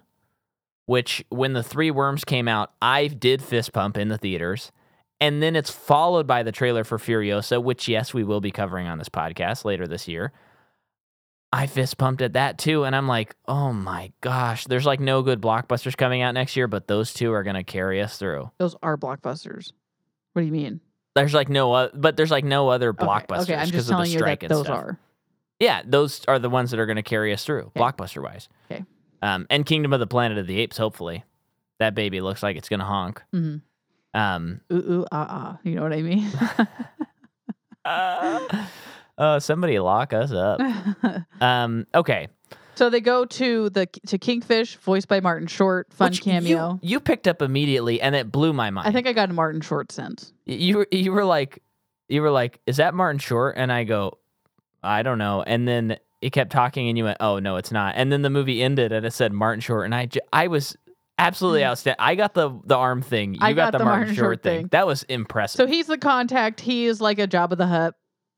S1: which when the three worms came out, I did fist pump in the theaters, and then it's followed by the trailer for Furiosa, which yes, we will be covering on this podcast later this year. I fist pumped at that too, and I'm like, oh my gosh, there's like no good blockbusters coming out next year, but those two are gonna carry us through.
S2: those are blockbusters. What do you mean?
S1: There's like no, o- but there's like no other
S2: Okay,
S1: blockbusters
S2: Okay, I'm
S1: because of
S2: just
S1: the
S2: telling you
S1: strike
S2: that
S1: and
S2: those
S1: stuff.
S2: are.
S1: Yeah, those are the ones that are going to carry us through,
S2: Okay.
S1: blockbuster wise.
S2: Okay.
S1: Um, and Kingdom of the Planet of the Apes, hopefully. That baby looks like it's going to honk.
S2: hmm (laughs)
S1: Um,
S2: Ooh ooh ah ah. You know what I mean? (laughs)
S1: uh, uh, somebody lock us
S2: (laughs)
S1: up. Um, okay.
S2: so they go to the to Kingfish, voiced by Martin Short. Fun
S1: Which you-
S2: cameo.
S1: You, picked up immediately, and it blew my mind.
S2: I think I got a Martin Short sense.
S1: you you were like, you were like, is that Martin Short? And I go, I don't know. And then it kept talking, and you went, "Oh no, it's not." And then the movie ended, and it said Martin Short, and I, j- I was absolutely outstanding. I got the the arm thing. You
S2: I
S1: Mm. got, the, Martin, Short, thing. That was impressive.
S2: So he's the contact. He is like a Job of the Hut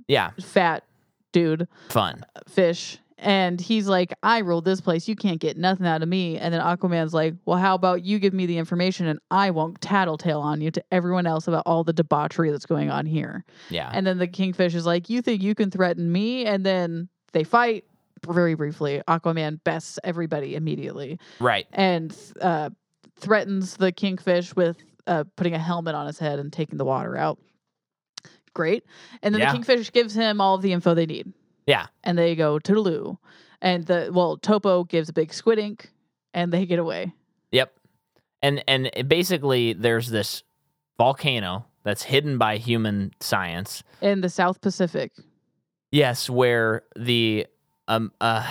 S1: yeah,
S2: fat dude
S1: fun.
S2: fish, and he's like, "I rule this place. You can't get nothing out of me." And then Aquaman's like, "Well, how about you give me the information, and I won't tattletale on you to everyone else about all the debauchery that's going on here."
S1: Yeah,
S2: And then the kingfish is like, "You think you can threaten me?" And then they fight very briefly. Aquaman bests everybody immediately
S1: right.
S2: and uh, threatens the kingfish with uh, putting a helmet on his head and taking the water out. Great. And then
S1: Yeah.
S2: the kingfish gives him all of the info they need.
S1: Yeah.
S2: And they go toodaloo. And the, well, Topo gives a big squid ink and they get away.
S1: Yep. And and it- basically there's this volcano that's hidden by human science.
S2: In the South Pacific,
S1: Yes, where the um uh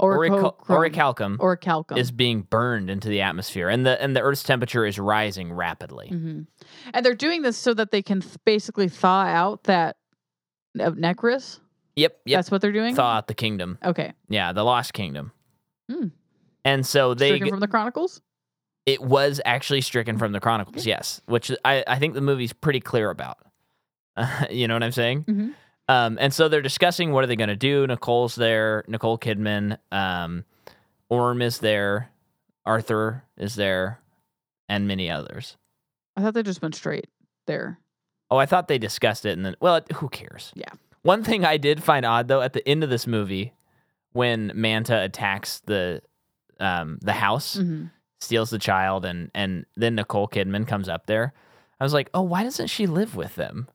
S2: Orico-
S1: Orical- orichalcum
S2: Orichalcum.
S1: is being burned into the atmosphere and the and the earth's temperature is rising rapidly.
S2: Mhm. And they're doing this so that they can th- basically thaw out that uh, Necris.
S1: Yep, yep.
S2: That's what they're doing?
S1: Thaw out the kingdom.
S2: Okay.
S1: Yeah, the lost kingdom.
S2: Hmm.
S1: And so they
S2: Stricken from the Chronicles?
S1: it was actually stricken from the chronicles yes which i, I think the movie's pretty clear about (laughs) you know what i'm saying
S2: Mhm.
S1: um, and so they're discussing what are they going to do nicole's there nicole kidman um, orm is there arthur is there and many others
S2: I thought they just went straight there.
S1: oh i thought they discussed it and then well it, who cares
S2: Yeah.
S1: one thing i did find odd though at the end of this movie when manta attacks the um, the house
S2: Mhm.
S1: steals the child and and then Nicole Kidman comes up there. I was like, "Oh, why doesn't she live with them?"
S2: I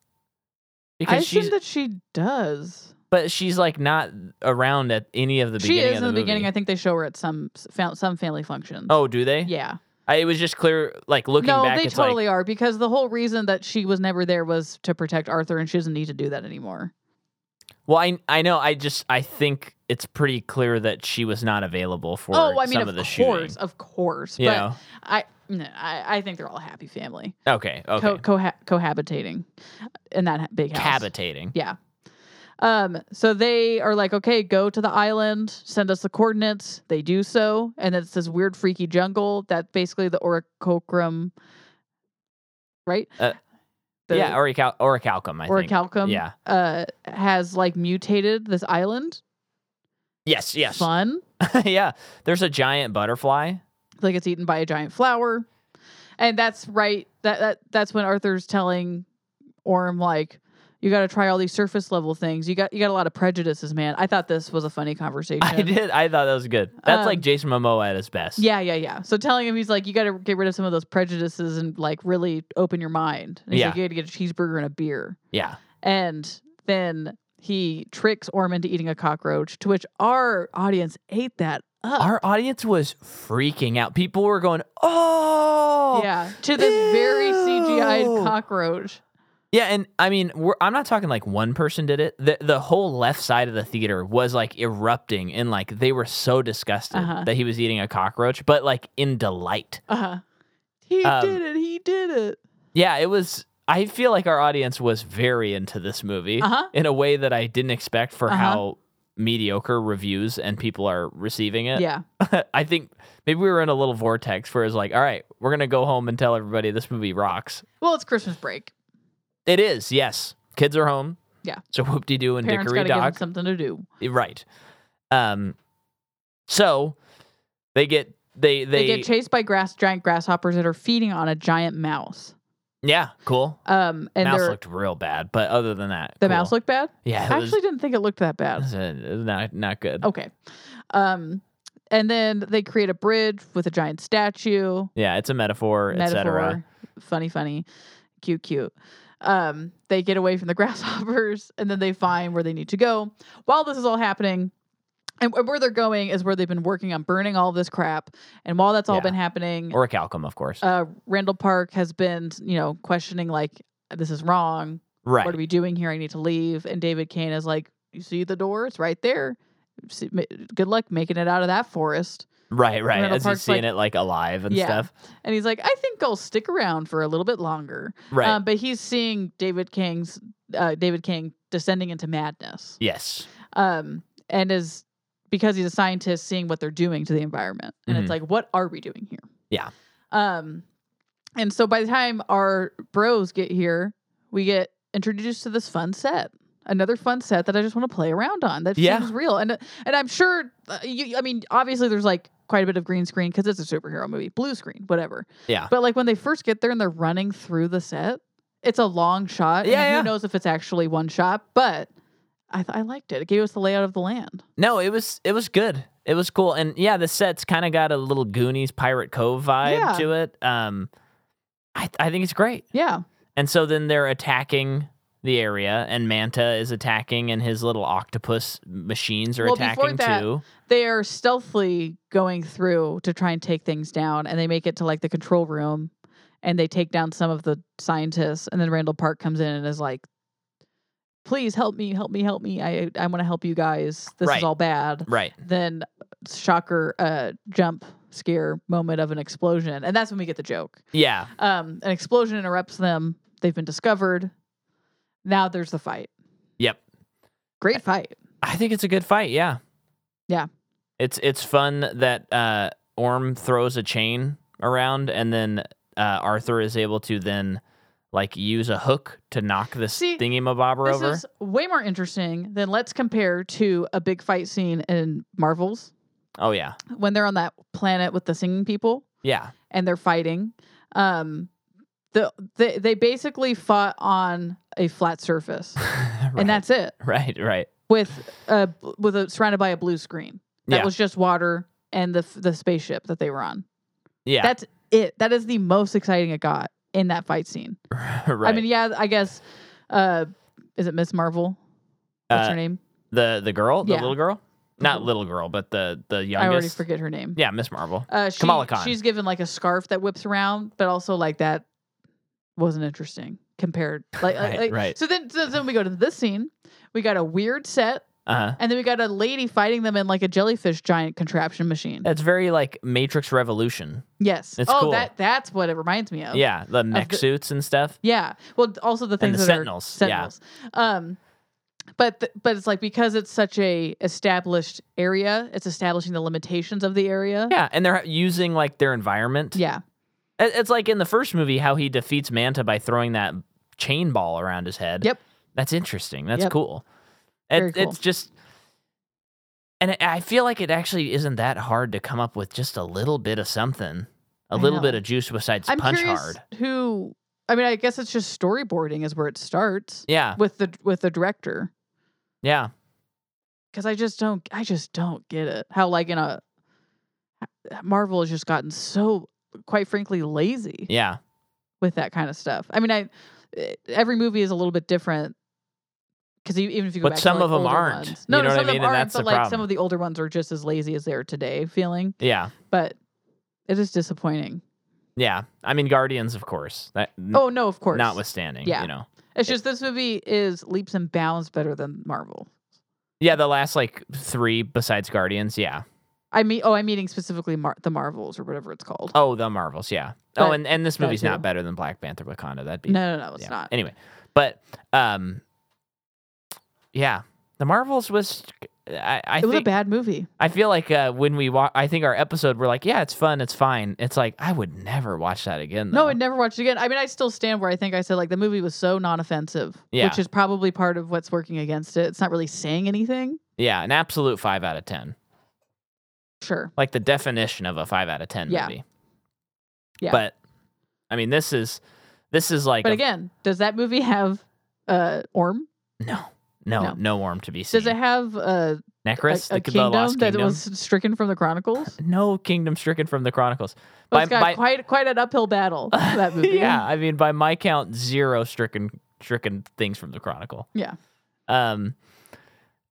S1: Because
S2: assume
S1: she's
S2: that she does.
S1: but she's like not around at any of the
S2: She
S1: beginning of
S2: is in
S1: the,
S2: the beginning.
S1: movie.
S2: I think they show her at some s- fam- some family functions.
S1: oh, do they?
S2: yeah.
S1: I, it was just clear like looking
S2: no,
S1: back
S2: they
S1: it's
S2: totally
S1: like
S2: are because the whole reason that she was never there was to protect Arthur, and she doesn't need to do that anymore.
S1: well, I I know I just I think it's pretty clear that she was not available for
S2: oh, I mean,
S1: some
S2: of
S1: of the
S2: course,
S1: shooting.
S2: of course.
S1: You
S2: but
S1: know?
S2: I, no, I, I think they're all a happy family,
S1: Okay, okay.
S2: co- coha- cohabitating in that ha- big house.
S1: Cabitating.
S2: Yeah. Um, so they are like, okay, go to the island, send us the coordinates. They do so, and it's this weird, freaky jungle that basically the Orichalcum, right?
S1: Uh,
S2: The
S1: yeah, Orical- Orichalcum, I think.
S2: Orichalcum,
S1: Yeah.
S2: uh, has like mutated this island.
S1: Yes, yes.
S2: fun.
S1: (laughs) yeah. There's a giant butterfly.
S2: Like it's eaten by a giant flower, and that's right. That that that's when Arthur's telling Orm like. You got to try all these surface level things. You got you got a lot of prejudices, man. I thought this was a funny
S1: (laughs)
S2: conversation.
S1: I did. I thought that was good. That's like
S2: Um,
S1: Jason Momoa at his best.
S2: Yeah, yeah, yeah. So telling him he's like, you got to get rid of some of those prejudices and like really open your mind. And he's
S1: Yeah.
S2: like, you got to get a cheeseburger and a beer.
S1: Yeah.
S2: And then he tricks Orm into eating a cockroach, to which our audience ate that up.
S1: Our audience was freaking out. People were going, "Oh,
S2: yeah, to this very CGI
S1: Ew.
S2: cockroach.
S1: yeah." And I mean, we're, I'm not talking like one person did it. The the whole left side of the theater was like erupting, and like they were so disgusted
S2: Uh-huh.
S1: that he was eating a cockroach, but like in delight.
S2: Uh huh. He
S1: Um,
S2: did it. He did it.
S1: Yeah, it was. I feel like our audience was very into this movie
S2: Uh-huh.
S1: in a way that I didn't expect for
S2: Uh-huh.
S1: how mediocre reviews and people are receiving it.
S2: Yeah.
S1: (laughs) I think maybe we were in a little vortex where it's like, all right, we're gonna go home and tell everybody this movie rocks.
S2: Well, it's Christmas break.
S1: It is, yes. Kids are home.
S2: Yeah.
S1: So whoop de doo and
S2: Parents
S1: dickory
S2: got to give them
S1: dock.
S2: something to do.
S1: Right. Um. So they get they
S2: They,
S1: they,
S2: get chased by grass giant grasshoppers that are feeding on a giant mouse.
S1: yeah cool.
S2: Um, and
S1: mouse
S2: they're,
S1: looked real bad, but other than that,
S2: the
S1: cool.
S2: mouse looked bad.
S1: yeah.
S2: I
S1: It was,
S2: actually didn't think it looked that
S1: it (laughs)
S2: bad.
S1: was, uh, it was not not good.
S2: Okay. Um, and then they create a bridge with a giant statue,
S1: Yeah, it's a metaphor, etc.
S2: metaphor, funny, funny, cute, cute. Um, they get away from the (laughs) grasshoppers and then they find where they need to go. While this is all happening, and wh- where they're going is where they've been working on burning all this crap. And while that's all
S1: Yeah.
S2: been happening,
S1: Or a calcum, of course.
S2: uh, Randall Park has been, you know, questioning like, this is wrong.
S1: right.
S2: What are we doing here? I need to leave. And David Kane is like, You see the door? It's right there. See- ma- Good luck making it out of that forest.
S1: right. Right.
S2: Randall
S1: As he's
S2: Park's
S1: seeing
S2: like-
S1: it like alive and
S2: Yeah.
S1: stuff.
S2: And he's like, I think I'll stick around for a little bit longer.
S1: Right.
S2: Um, but he's seeing David King's uh, David King descending into madness.
S1: Yes.
S2: Um, and is because he's a scientist seeing what they're doing to the environment. And
S1: Mhm.
S2: it's like, what are we doing here?
S1: Yeah.
S2: Um, and so by the time our bros get here, we get introduced to this fun set. Another fun set that I just want to play around on that
S1: Yeah.
S2: seems real. And and I'm sure uh, you I mean obviously there's like quite a bit of green screen cuz it's a superhero movie, blue screen, whatever.
S1: Yeah.
S2: But like when they first get there and they're running through the set, it's a long shot. and
S1: Yeah, yeah.
S2: Who knows if it's actually one shot, but I, th- I liked it. It gave us the layout of the land.
S1: No, it was it was good. It was cool, and yeah, the set's kind of got a little Goonies Pirate Cove vibe
S2: Yeah.
S1: to it. Um, I I think it's great.
S2: Yeah.
S1: And so then they're attacking the area, and Manta is attacking, and his little octopus machines are
S2: Well, before
S1: attacking
S2: that-
S1: too.
S2: They are stealthily going through to try and take things down, and they make it to like the control room and they take down some of the scientists. And then Randall Park comes in and is like, please help me, help me, help me. I, I want to help you guys. This
S1: Right.
S2: is all bad.
S1: Right.
S2: Then, shocker, uh, jump scare moment of an explosion. And that's when we get the joke.
S1: Yeah.
S2: Um, an explosion interrupts them. They've been discovered. Now there's the fight.
S1: Yep.
S2: Great fight.
S1: I think it's a good fight. Yeah.
S2: Yeah.
S1: It's it's fun that uh, Orm throws a chain around, and then uh, Arthur is able to then like use a hook to knock this
S2: See,
S1: thingy mabobber over.
S2: This is way more interesting than let's compare to a big fight scene in Marvels
S1: oh yeah.
S2: when they're on that planet with the singing people
S1: Yeah. (laughs)
S2: and they're fighting. Um, the they, they basically fought on a flat surface,
S1: (laughs) right.
S2: and that's it.
S1: right. Right.
S2: With a with a surrounded by a blue screen that
S1: Yeah.
S2: was just water and the the spaceship that they were on.
S1: Yeah.
S2: That's it. That is the most exciting it got in that fight scene.
S1: (laughs) right.
S2: I mean, yeah, I guess. Uh, is it Miss Marvel? What's
S1: Uh,
S2: her name?
S1: the the girl, the
S2: Yeah.
S1: little girl, not
S2: Mhm.
S1: little girl, but the the
S2: I already
S1: youngest.
S2: forget her name.
S1: Yeah, Miss Marvel.
S2: Uh, she,
S1: Kamala Khan.
S2: She's given like a scarf that whips around, but also like that wasn't interesting
S1: (laughs)
S2: compared. Like, like-
S1: Right,
S2: like-
S1: right.
S2: So then, so then we go to this scene. We got a weird set,
S1: Uh huh.
S2: and then we got a lady fighting them in like a jellyfish giant contraption machine.
S1: That's very like Matrix Revolution.
S2: yes.
S1: it's
S2: oh,
S1: cool.
S2: that that's what it reminds me Oh. of.
S1: Yeah, the mech
S2: the-
S1: suits and stuff.
S2: Yeah. Well, also the things
S1: the
S2: that
S1: Sentinels,
S2: Are
S1: yeah.
S2: sentinels. Um, but th- but it's like because it's such a established area, it's establishing the limitations of the area.
S1: Yeah, and they're using like their environment.
S2: Yeah.
S1: It- It's like in the first movie how he defeats Manta by throwing that chain ball around his head.
S2: Yep.
S1: That's interesting. That's
S2: Yep.
S1: cool.
S2: Very
S1: It,
S2: cool.
S1: It's just, and I- I feel like it actually isn't that hard to come up with just a little bit of something, a
S2: I
S1: little
S2: know.
S1: bit of juice besides
S2: I'm
S1: punch
S2: curious
S1: hard.
S2: who. I mean, I guess it's just storyboarding is where it starts
S1: Yeah,
S2: with the with the director
S1: yeah,
S2: because I just don't I just don't get it how like in a Marvel has just gotten so quite frankly lazy
S1: yeah,
S2: with that kind of stuff. I mean, I eh, every movie is a little bit different because even if you go
S1: But
S2: back,
S1: some
S2: to, like,
S1: of 'em
S2: older
S1: aren't.
S2: ones-
S1: You
S2: No,
S1: know
S2: no,
S1: what
S2: some
S1: I
S2: of
S1: mean?
S2: them
S1: And
S2: aren't.
S1: that's the
S2: but like some
S1: problem.
S2: of the older ones are just as lazy as they are today. Feeling,
S1: yeah,
S2: but it is disappointing.
S1: yeah. I mean, Guardians, of course. That, n- eh
S2: Oh no, of course,
S1: notwithstanding,
S2: Yeah.
S1: you know.
S2: It's just this movie is leaps and bounds better than Marvel.
S1: Yeah, the last like three besides Guardians, yeah.
S2: I mean, oh, I'm meaning specifically Mar- the Marvels or whatever it's called.
S1: Oh, the Marvels, yeah. oh,
S2: But
S1: and, and this
S2: that
S1: movie's
S2: too.
S1: not better than Black Panther Wakanda. That'd be
S2: no, no, no, it's
S1: yeah.
S2: not.
S1: Anyway, but um, yeah, the Marvels was. I, I
S2: it was a
S1: think
S2: bad movie.
S1: I feel like uh, when we watch, I think our episode, we're like, yeah, it's fun, it's fine. It's like I would never watch that again.
S2: No,
S1: Though.
S2: I never watched it again. I mean, I still stand where I think I said like the movie was so non-offensive,
S1: Yeah.
S2: which is probably part of what's working against it. It's not really saying anything.
S1: yeah, an absolute five out of ten,
S2: Sure,
S1: like the definition of a five out of ten
S2: Yeah.
S1: movie.
S2: Yeah.
S1: but I mean, this is this is like
S2: but
S1: a-
S2: again, does that movie have uh Orm?
S1: no, no,
S2: No.
S1: no, worm to be seen.
S2: Does it have uh, a,
S1: Necrus,
S2: a
S1: the,
S2: kingdom
S1: the lost
S2: that
S1: kingdom?
S2: was stricken from
S1: (laughs)
S2: the Chronicles?
S1: No kingdom stricken from the Chronicles.
S2: Well,
S1: By-
S2: it's got
S1: by-
S2: quite quite an
S1: (laughs)
S2: uphill battle. that movie.
S1: yeah, I mean, by my count, zero stricken stricken things from the Chronicle.
S2: Yeah.
S1: Um,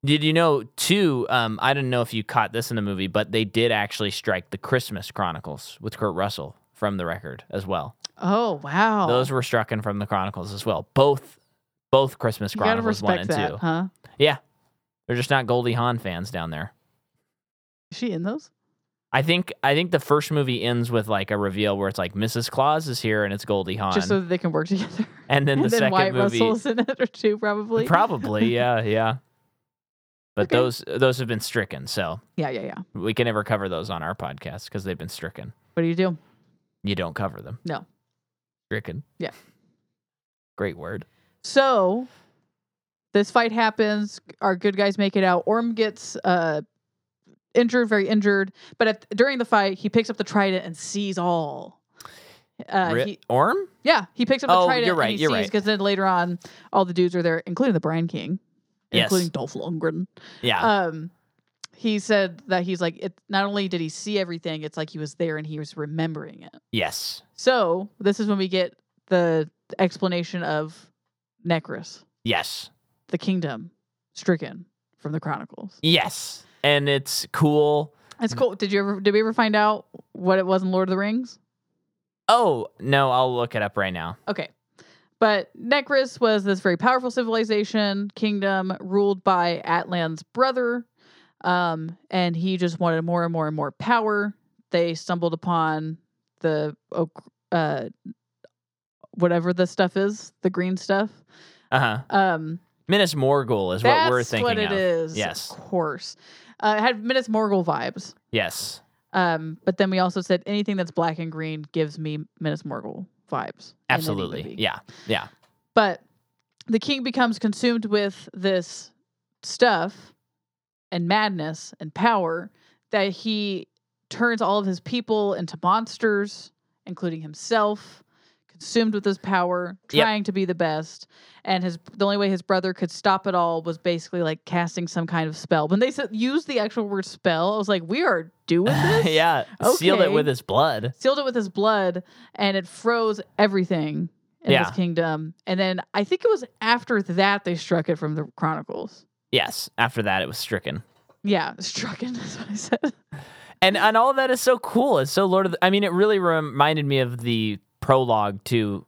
S1: did you know too? Um, I didn't know if you caught this in the movie, but they did actually strike the Christmas Chronicles with Kurt Russell from the record as well.
S2: Oh wow.
S1: Those were stricken from the Chronicles as well. Both, both Christmas
S2: you gotta
S1: Chronicles one
S2: respect
S1: and
S2: that,
S1: two.
S2: huh?
S1: Yeah, they're just not Goldie Hawn fans down there.
S2: Is she in those?
S1: I think I think the first movie ends with like a reveal where it's like Mrs. Claus is here and it's Goldie Hawn,
S2: just so that they can work (laughs) together.
S1: and then the
S2: and then
S1: second
S2: Wyatt
S1: movie
S2: Russell's in it or two, probably.
S1: probably yeah yeah. But
S2: Okay.
S1: those those have been stricken, so
S2: yeah, yeah, yeah.
S1: we can never cover those on our podcast because they've been stricken.
S2: What do you do?
S1: You don't cover them.
S2: No.
S1: Stricken.
S2: Yeah.
S1: Great word.
S2: So this fight happens. Our good guys make it out. Orm gets uh, injured, very injured. But at, during the fight, he picks up the trident and sees all. Uh,
S1: Ri-
S2: he,
S1: Orm?
S2: yeah, he picks up the
S1: Oh,
S2: trident.
S1: you're right,
S2: And he
S1: you're
S2: sees,
S1: right.
S2: Because then later on, all the dudes are there, including the Brian King,
S1: Yes.
S2: including Dolph Lundgren.
S1: Yeah.
S2: Um, he said that he's like, it. Not only did he see everything, it's like he was there and he was remembering it.
S1: yes.
S2: So this is when we get the explanation of Necrus
S1: Yes.
S2: the kingdom stricken from the chronicles
S1: Yes. And it's cool.
S2: that's cool did you ever did we ever find out what it was in lord of the rings
S1: Oh, no, I'll look it up right now.
S2: okay but necris was this very powerful civilization kingdom ruled by atlan's brother um, and he just wanted more and more and more power they stumbled upon the oak uh, whatever the stuff is the green stuff
S1: Uh huh.
S2: um,
S1: Minas Morgul is
S2: that's
S1: what we're thinking
S2: what it
S1: of.
S2: is
S1: Yes.
S2: of course uh, it had minas morgul vibes
S1: Yes.
S2: Um, but then we also said anything that's black and green gives me Minas Morgul vibes. in any
S1: Absolutely.
S2: movie.
S1: Yeah. (laughs) Yeah.
S2: But the king becomes consumed with this stuff and madness and power that he turns all of his people into monsters, including himself, consumed with his power,
S1: Yep.
S2: trying to be the best. And his the only way his brother could stop it all was basically like casting some kind of spell. When they said use the actual word spell, I was like, we are
S1: (laughs)
S2: doing this.
S1: yeah. Sealed it
S2: Okay.
S1: with his blood.
S2: sealed it with his blood and it froze everything in
S1: Yeah.
S2: his kingdom. And then I think it was after that they struck it from the Chronicles.
S1: Yes. After that, it was stricken.
S2: Yeah, (laughs) struck it. That's what I said.
S1: and and all of that is so cool. It's so Lord of. The, I mean, it really reminded me of the prologue to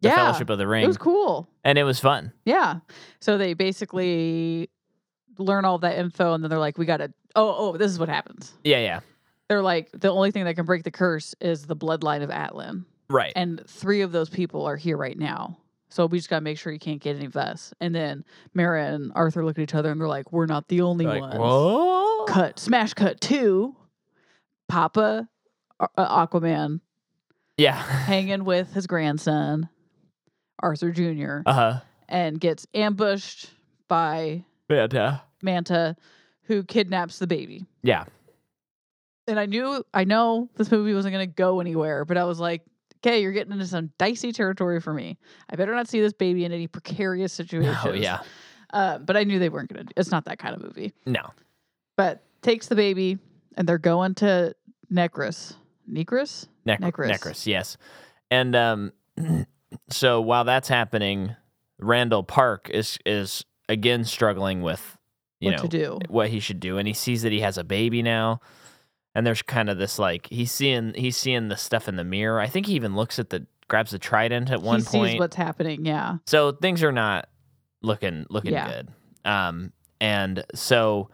S1: the
S2: Yeah,
S1: Fellowship of the Ring,
S2: It was cool.
S1: and it was fun.
S2: Yeah. So they basically learn all that info and then they're like, we got to, oh, oh, this is what happens.
S1: Yeah, yeah,
S2: They're like, the only thing that can break the curse is the bloodline of Atlan.
S1: right.
S2: And three of those people are here right now. So we just got to make sure you can't get any of us. And then Mara and Arthur look at each other and they're like, we're not the only
S1: like,
S2: ones.
S1: whoa,
S2: cut smash cut two papa Ar- uh, aquaman (laughs)
S1: yeah,
S2: hanging with his grandson arthur jr
S1: uh huh,
S2: and gets ambushed by
S1: yeah,
S2: manta who kidnaps the baby
S1: yeah,
S2: and i knew i know this movie wasn't going to go anywhere but i was like okay you're getting into some dicey territory for me i better not see this baby in any precarious situations
S1: oh yeah,
S2: uh, but i knew they weren't going to it's not that kind of movie
S1: no,
S2: but takes the baby and they're going to Necrus. Necrus?
S1: Nec-
S2: Necrus.
S1: Necrus, yes, and um, (clears throat) so while that's happening, Randall Park is is again struggling with you
S2: what
S1: know
S2: to do?
S1: what he should do and he sees that he has a baby now and there's kind of this like he's seeing he's seeing the stuff in the mirror i think he even looks at the grabs the trident at one
S2: he
S1: point
S2: sees what's happening. Yeah,
S1: so things are not looking looking
S2: Yeah.
S1: good um and so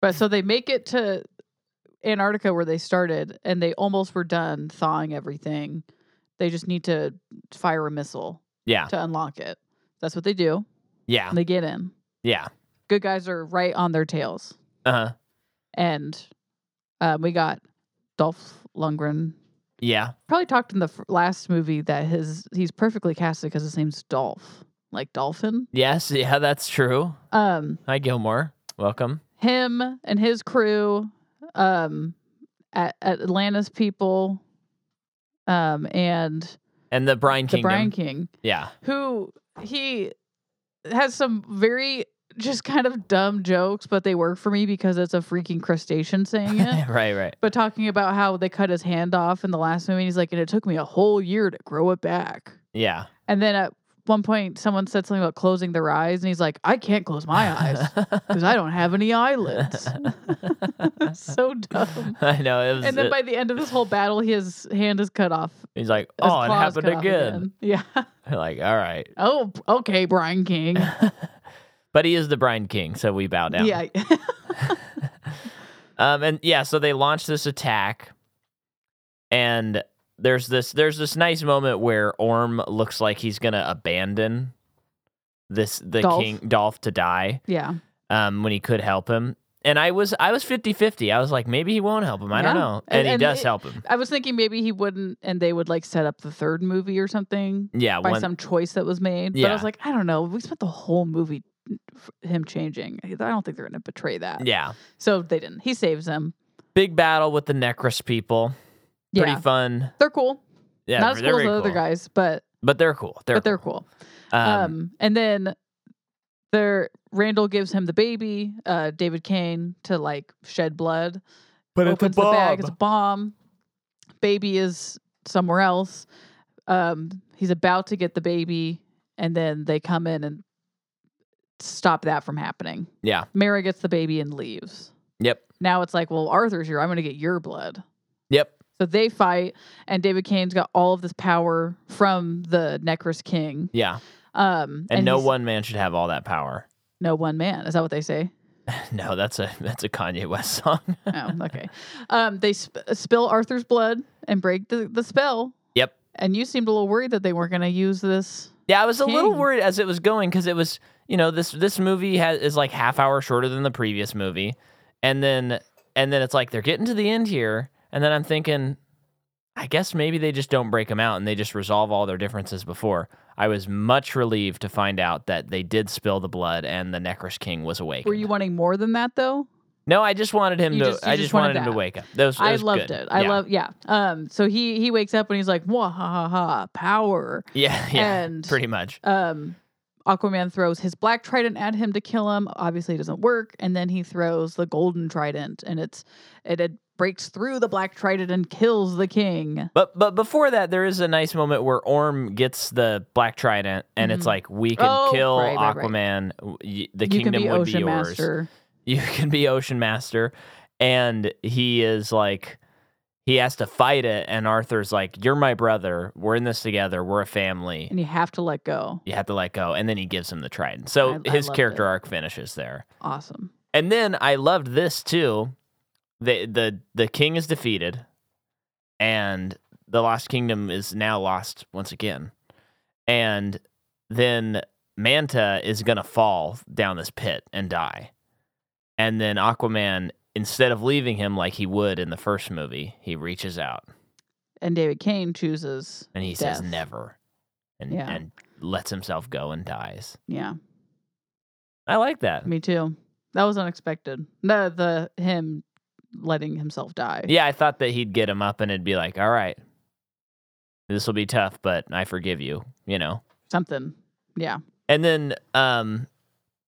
S2: but so they make it to Antarctica where they started, and they almost were done thawing everything. They just need to fire a missile
S1: yeah
S2: to unlock it. That's what they do.
S1: yeah
S2: And they get in.
S1: yeah
S2: Good guys are right on their tails,
S1: uh-huh
S2: and uh, we got Dolph Lundgren.
S1: yeah
S2: Probably talked in the f- last movie that his he's perfectly casted because his name's Dolph, like dolphin.
S1: yes yeah that's true
S2: Um,
S1: hi gilmore welcome
S2: him and his crew, um, at Atlantis people, um, and
S1: and the brian
S2: the
S1: kingdom
S2: Brian King,
S1: yeah (laughs)
S2: who he has some very just kind of dumb jokes, but they work for me because it's a freaking crustacean saying it.
S1: right right
S2: but talking about how they cut his hand off in the last movie, he's like, and it took me a whole year to grow it back.
S1: yeah
S2: And then at one point, someone said something about closing their eyes, and he's like, I can't close my eyes because I don't have any eyelids. (laughs) so dumb.
S1: (laughs) i know it was
S2: And then by the end of this whole battle, his hand is cut off.
S1: he's like
S2: His
S1: oh it
S2: claw is
S1: happened
S2: cut off
S1: again
S2: Yeah.
S1: (laughs)
S2: (laughs)
S1: like all right
S2: Oh, p- okay,
S1: (laughs)
S2: Brian King.
S1: but he is the Brian King, so we bow down.
S2: Yeah.
S1: Um, and yeah, so they launch this attack, and there's this there's this nice moment where Orm looks like he's gonna abandon this the
S2: Dolph.
S1: king Dolph to die
S2: (laughs) Yeah.
S1: um, when he could help him. And I was I was 50-50. I was like, maybe he won't help him. I don't
S2: Yeah.
S1: know. And,
S2: And-
S1: he
S2: and
S1: does
S2: it-
S1: help him.
S2: I was thinking maybe he wouldn't, and they would like set up the third movie or something
S1: Yeah,
S2: by
S1: one,
S2: some choice that was made. But I
S1: Yeah.
S2: was like, I don't know. We spent the whole movie f- him changing. I don't think they're going to betray that.
S1: yeah.
S2: So they didn't. He saves him.
S1: Big battle with the Necrus people.
S2: Yeah.
S1: Pretty fun.
S2: they're cool.
S1: Yeah,
S2: Not as
S1: they're
S2: cool as
S1: very
S2: the other
S1: cool.
S2: guys, but
S1: But they're cool. They're
S2: but they're
S1: cool.
S2: cool. Um,
S1: Um,
S2: and then there Randall gives him the baby, uh, David Kane, to like shed blood.
S1: but
S2: Opens the bag, it's a bomb. Baby is somewhere else. Um, he's about to get the baby, and then they come in and stop that from happening.
S1: Yeah.
S2: Mara gets the baby and leaves.
S1: Yep.
S2: Now it's like, well, Arthur's here. I'm gonna get your blood.
S1: Yep.
S2: So they fight, and David Kane's got all of this power from the Necrus King.
S1: Yeah.
S2: Um,
S1: And, no
S2: he's-
S1: one man should have all that power.
S2: no one man. Is that what
S1: (laughs)
S2: they say?
S1: No, that's a (laughs) that's a Kanye West song. (laughs)
S2: Oh, okay. Um, they sp- spill Arthur's blood and break the, the spell.
S1: Yep.
S2: And you seemed a little worried that they weren't going to use this.
S1: Yeah, I was a little
S2: King.
S1: worried as it was going because it was you know this this movie has, is like half hour shorter than the previous movie, and then and then it's like they're getting to the end here, and then I'm thinking, I guess maybe they just don't break them out and they just resolve all their differences before. I was much relieved to find out that they did spill the blood and the Necrus King was awake.
S2: Were you wanting more than that though?
S1: No, I just wanted him
S2: You
S1: to.
S2: just- you
S1: I
S2: just
S1: just wanted,
S2: wanted
S1: him to
S2: that.
S1: wake up. That was, that
S2: I
S1: was
S2: loved
S1: good.
S2: it. I
S1: yeah.
S2: love yeah. Um so he he wakes up and he's like, "Wah ha ha ha, power."
S1: Yeah, (laughs) yeah,
S2: and-
S1: pretty much.
S2: Um Aquaman throws his black trident at him to kill him. Obviously it doesn't work, and then he throws the golden trident and it's it, it breaks through the black trident and kills the king.
S1: But but before that, there is a nice moment where Orm gets the black trident, and it's
S2: Mhm.
S1: like we can
S2: Oh,
S1: kill
S2: right, right, right.
S1: Aquaman. w- y- The
S2: you
S1: kingdom
S2: can be
S1: would
S2: ocean
S1: be yours.
S2: master.
S1: (laughs) You can be Ocean Master, and he is like he has to fight it, and Arthur's like, "You're my brother. We're in this together. We're a family."
S2: and you have to let go.
S1: You have to let go, and then he gives him the trident. So
S2: I- I
S1: his
S2: loved
S1: character
S2: it.
S1: arc finishes there.
S2: Awesome.
S1: And then I loved this too. The the the king is defeated and the lost kingdom is now lost once again. And then Manta is going to fall down this pit and die. And then Aquaman instead of leaving him like he would in the first movie, he reaches out
S2: And David Kane chooses.
S1: and he says
S2: Death.
S1: never and
S2: Yeah.
S1: and lets himself go and dies.
S2: Yeah,
S1: I like that.
S2: me too. That was unexpected. No, the him letting himself die.
S1: Yeah, I thought that he'd get him up and it'd be like, all right, this will be tough, but I forgive you, you know?
S2: Something. Yeah.
S1: And then, um,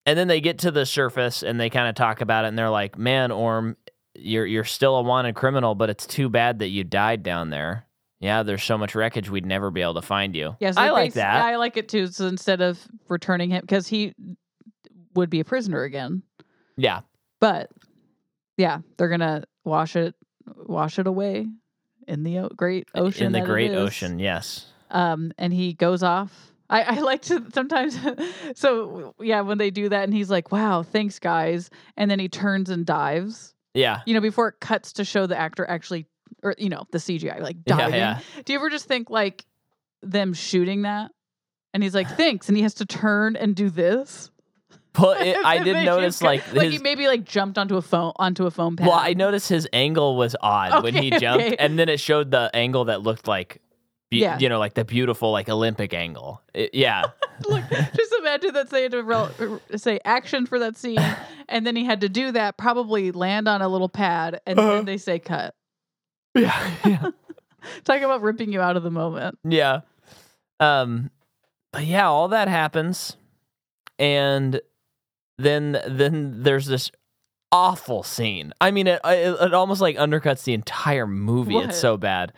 S1: and then they get to the surface and they kind of talk about it and they're like, man, Orm, you're, you're still a wanted criminal, but it's too bad that you died down there. Yeah, there's so much wreckage, we'd never be able to find you.
S2: Yeah. so
S1: I
S2: they
S1: like
S2: basi-
S1: that.
S2: I like it too. So instead of returning him, because he would be a prisoner again,
S1: yeah.
S2: but yeah, they're gonna wash it, wash it away in the o- great ocean.
S1: In the
S2: that it
S1: great
S2: is.
S1: ocean, yes.
S2: um, and he goes off. I, (laughs) I like to sometimes, so yeah, when they do that, and he's like, "Wow, thanks, guys," and then he turns and dives.
S1: Yeah.
S2: You know, before it cuts to show the actor actually, or you know, the CGI like
S1: Yeah,
S2: diving.
S1: yeah.
S2: Do you ever just think like them shooting that, and he's like, "Thanks," and he has to turn and do this? (laughs)
S1: But it, I
S2: They
S1: did
S2: shoot
S1: notice,
S2: guy-
S1: like,
S2: (laughs) like
S1: his,
S2: he maybe like jumped onto a phone onto a foam pad.
S1: Well,
S2: (laughs)
S1: I noticed his angle was odd when he
S2: Okay,
S1: jumped,
S2: okay.
S1: and then it showed the angle that looked like, be-
S2: Yeah.
S1: you know, like the beautiful like Olympic angle. It-
S2: (laughs)
S1: yeah,
S2: Look, just imagine that they had to rel- say action for
S1: (laughs)
S2: that scene, and then he had to do that, probably land on a little pad, and
S1: Uh-huh.
S2: then they say cut.
S1: yeah, yeah,
S2: Talking about ripping you out of the moment.
S1: yeah. Um, but yeah, all that happens, and then then there's this awful scene. I mean, it it, it almost like undercuts the entire movie.
S2: What?
S1: It's so bad,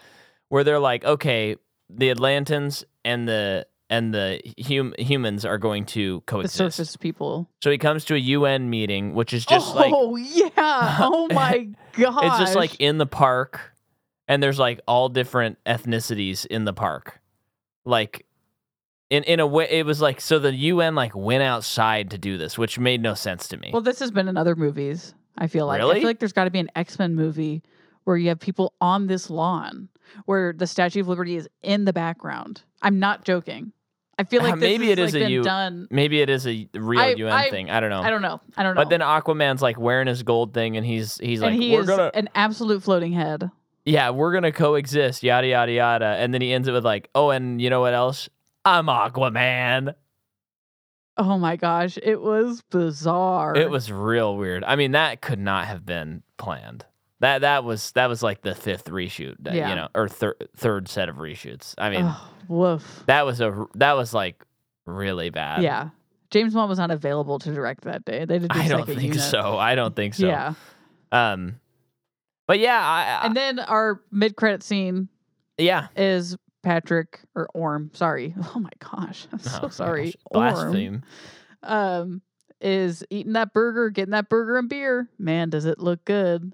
S1: where they're like, okay, the Atlantans and the and the hum- humans are going to
S2: The
S1: coexist.
S2: surface people.
S1: So he comes to a UN meeting, which is just like (laughs)
S2: oh yeah! Oh my god!
S1: it's just like in the park, and there's like all different ethnicities in the park. Like, in in a way, it was like so the UN like went outside to do this, which made no sense to me.
S2: Well, this has been in other movies. I feel like I
S1: Really?
S2: feel like there's got to be an X Men movie where you have people on this lawn where the Statue of Liberty is in the background. I'm not joking. I feel
S1: Uh,
S2: like this
S1: maybe
S2: has,
S1: it is
S2: like,
S1: a
S2: been
S1: you-
S2: done.
S1: Maybe it is a real
S2: I-
S1: UN
S2: I-
S1: thing. I don't know.
S2: I don't know. I don't know.
S1: But then Aquaman's like wearing his gold thing, and he's he's
S2: and
S1: like,
S2: he
S1: "We're
S2: is
S1: gonna,
S2: an absolute floating head.
S1: (laughs) yeah, we're gonna coexist." Yada yada yada, and then he ends it with like, "Oh, and you know what else? I'm Aquaman."
S2: Oh my gosh, it was bizarre.
S1: It was real weird. I mean, that could not have been planned. That that was that was like the fifth reshoot, that,
S2: Yeah.
S1: you know, or thir- third set of reshoots. I mean,
S2: Ugh, woof.
S1: that was a that was like really bad.
S2: yeah, James Wan was not available to direct that day. They did.
S1: (laughs) I don't think so. I don't think so.
S2: Yeah,
S1: Um, but yeah, I, I,
S2: and then our mid-credit scene
S1: yeah.
S2: is Patrick or Orm. Sorry. (laughs) Oh my gosh, I'm
S1: Oh,
S2: so
S1: gosh.
S2: sorry. Orm
S1: Blaspheme.
S2: um, is eating that burger, getting that burger and beer. Man, does it look good!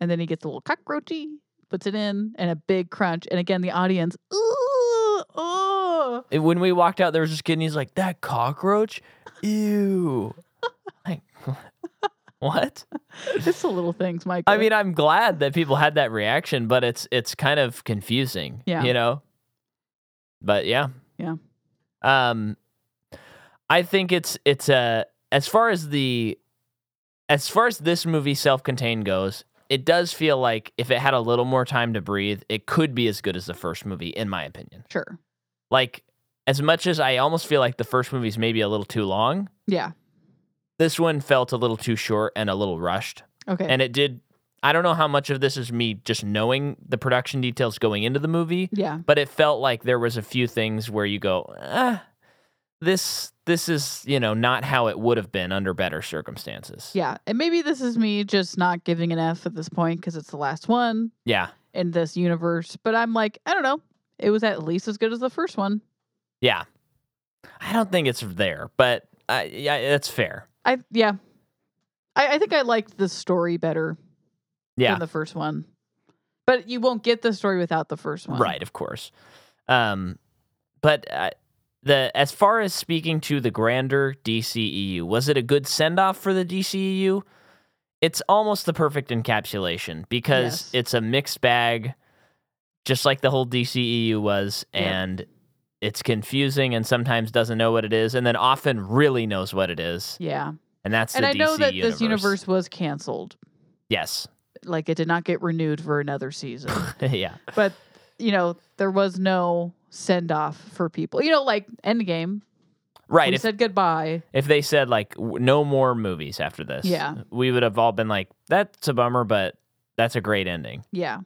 S2: And then he gets a little cockroachy, puts it in, and a big crunch. And again, the audience, ooh, oh. (laughs)
S1: And when we walked out, there was this kid, and he's like, "That cockroach,
S2: (laughs)
S1: ew!" like, (laughs) what?
S2: Just the little things, Mike.
S1: I mean, I'm glad that people had that reaction, but it's it's kind of confusing,
S2: Yeah.
S1: you know. But yeah,
S2: Yeah.
S1: Um, I think it's it's a as far as the as far as this movie self-contained goes, it does feel like if it had a little more time to breathe, it could be as good as the first movie, in my opinion.
S2: sure.
S1: Like as much as I almost feel like the first movie's maybe a little too long,
S2: Yeah.
S1: this one felt a little too short and a little rushed.
S2: Okay.
S1: And it did. I don't know how much of this is me just knowing the production details going into the movie,
S2: yeah.
S1: but it felt like there was a few things where you go, ah, this this is you know not how it would have been under better circumstances.
S2: Yeah. And maybe this is me just not giving an F at this point because it's the last one
S1: yeah,
S2: in this universe. But I'm like, I don't know. It was at least as good as the first one.
S1: yeah. I don't think it's there, but uh, yeah, it's fair.
S2: I, yeah. I, I think I liked the story better
S1: Yeah,
S2: than the first one. But you won't get the story without the first one.
S1: Right, of course. Um, but uh, the as far as speaking to the grander DCEU, was it a good send off for the DCEU? It's almost the perfect encapsulation because
S2: Yes.
S1: it's a mixed bag, just like the whole DCEU was,
S2: Yeah.
S1: and it's confusing and sometimes doesn't know what it is, and then often really knows what it is,
S2: Yeah.
S1: and that's
S2: And
S1: the
S2: I
S1: DC
S2: know that
S1: universe.
S2: this universe was canceled.
S1: Yes, (laughs)
S2: Like it did not get renewed for another season.
S1: yeah,
S2: but, you know, there was no send off for people. You know, like Endgame.
S1: right.
S2: We
S1: If
S2: said goodbye.
S1: if they said like w- no more movies after this,
S2: Yeah.
S1: we would have all been like, that's a bummer, but that's a great ending.
S2: Yeah.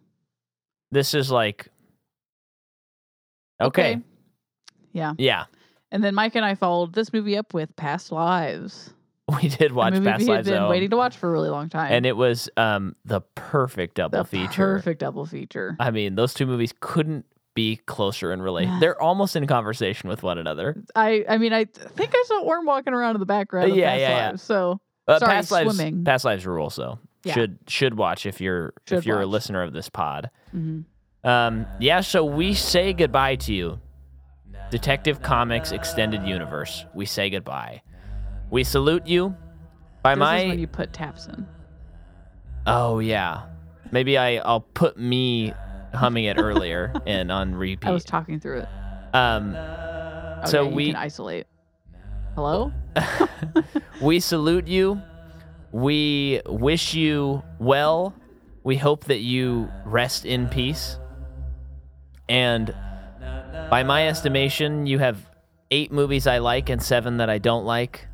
S1: This is like, okay,
S2: Yeah.
S1: yeah, (laughs)
S2: And then Mike and I followed this movie up with Past Lives.
S1: we did watch
S2: a movie
S1: Past
S2: we had
S1: Lives
S2: been
S1: Zone,
S2: waiting to watch for a really long time.
S1: and it was um the perfect double
S2: the
S1: feature.
S2: perfect double feature.
S1: I mean, those two movies couldn't be closer in relation. They're almost in conversation with one another.
S2: I I mean I th- think I saw Orm walking around in the background. Of
S1: Yeah,
S2: Past
S1: yeah, yeah.
S2: Lives, So
S1: Uh,
S2: Sorry,
S1: Past Lives,
S2: swimming.
S1: Past Lives rule. So
S2: Yeah.
S1: should should watch if you're if
S2: Should
S1: you're a
S2: watch.
S1: listener of this pod. Um, yeah, so we say goodbye to you. Detective Comics Extended Universe. We say goodbye. We salute you. By
S2: this
S1: my
S2: is when you put taps in.
S1: Oh yeah. Maybe I, I'll put me humming it earlier (laughs) and on repeat.
S2: I was talking through it.
S1: um
S2: Okay,
S1: So
S2: you
S1: we-
S2: can isolate. Hello.
S1: we salute you. We wish you well. We hope that you rest in peace. And by my estimation, you have eight movies I like and seven that I don't like.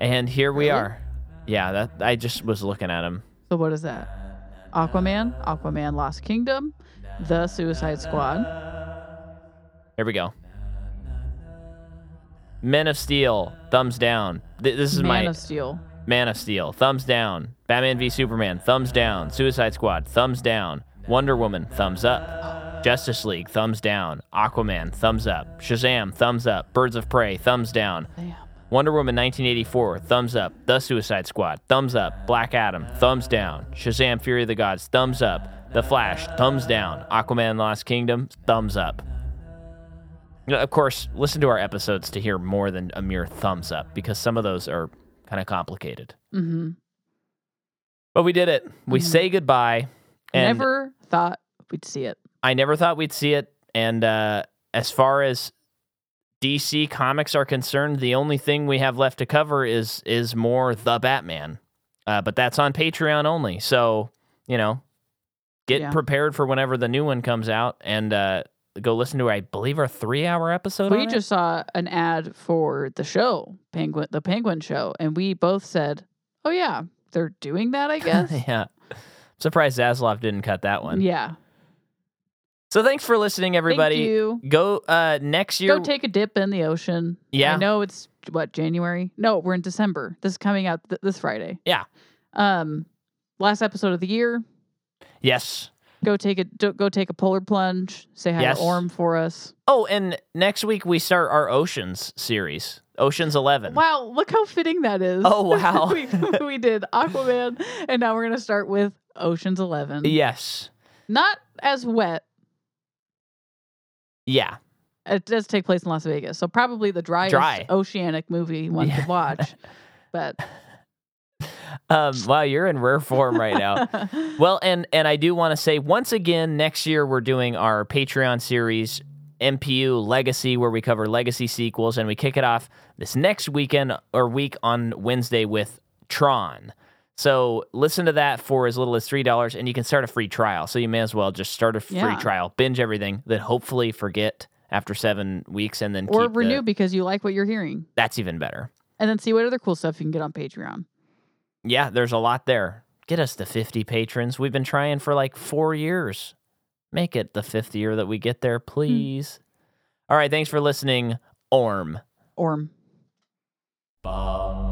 S1: And here we are. Yeah, that I just was looking at them.
S2: So what is that? Aquaman, Aquaman Lost Kingdom, The Suicide Squad,
S1: Here we go. Men of Steel, thumbs down. Th- this is
S2: Man
S1: my
S2: of Steel.
S1: Man of Steel, thumbs down. Batman v Superman, thumbs down. Suicide Squad, thumbs down. Wonder Woman, thumbs up. Justice League, thumbs down. Aquaman, thumbs up. Shazam, thumbs up. Birds of Prey, thumbs down.
S2: Damn.
S1: Wonder Woman 1984, thumbs up. The Suicide Squad, thumbs up. Black Adam, thumbs down. Shazam Fury of the Gods, thumbs up. The Flash, thumbs down. Aquaman Lost Kingdom, thumbs up. Now, Of course, listen to our episodes to hear more than a mere thumbs up because some of those are kind of complicated.
S2: Mm-hmm.
S1: But we did it. We
S2: Mhm.
S1: say goodbye. And
S2: Never thought we'd see it.
S1: I never thought we'd see it. And uh, as far as DC comics are concerned, the only thing we have left to cover is is more the Batman. Uh, but that's on Patreon only. So, you know, get
S2: Yeah.
S1: prepared for whenever the new one comes out and uh, go listen to, I believe, our three hour episode.
S2: We
S1: on it. (laughs)
S2: just saw an ad for the show, Penguin, the Penguin Show, and we both said, "Oh yeah, they're doing
S1: (laughs)
S2: that, I guess."
S1: yeah. Surprised Zaslav didn't cut that one.
S2: yeah, Thank
S1: So thanks for listening, everybody.
S2: you.
S1: Go uh, next year.
S2: Go take a dip in the ocean.
S1: Yeah.
S2: I know it's what January. No, we're in December. This is coming out th- this Friday.
S1: Yeah.
S2: Um, last episode of the year.
S1: yes.
S2: Go take a do- go take a polar plunge. Say hi
S1: Yes.
S2: to Orm for us.
S1: Oh, and next week we start our Oceans series, Oceans 11.
S2: Wow, look how fitting that is.
S1: Oh, wow.
S2: (laughs) we, we did Aquaman, and now we're gonna start with Ocean's Eleven.
S1: Yes.
S2: Not as wet.
S1: Yeah.
S2: It does take place in Las Vegas, so probably the driest
S1: Dry.
S2: oceanic movie one
S1: Yeah.
S2: could watch.
S1: (laughs)
S2: But
S1: Um, wow, you're in rare form right now. well, and and I do want to say once again, next year we're doing our Patreon series MPU Legacy, where we cover legacy sequels, and we kick it off this next weekend or week on Wednesday with Tron. So listen to that for as little as three dollars, and you can start a free trial. So you may as well just start a free
S2: Yeah.
S1: trial, binge everything, then hopefully forget after seven weeks, and then
S2: (laughs) or
S1: keep the-
S2: renew because you like what you're hearing,
S1: that's even better.
S2: and then see what other cool stuff you can get on Patreon.
S1: Yeah, there's a lot there. Get us to 50 patrons. We've been trying for like four years. Make it the fifth year that we get there, please. All right, thanks for listening, Orm.
S2: Orm.
S1: Bum.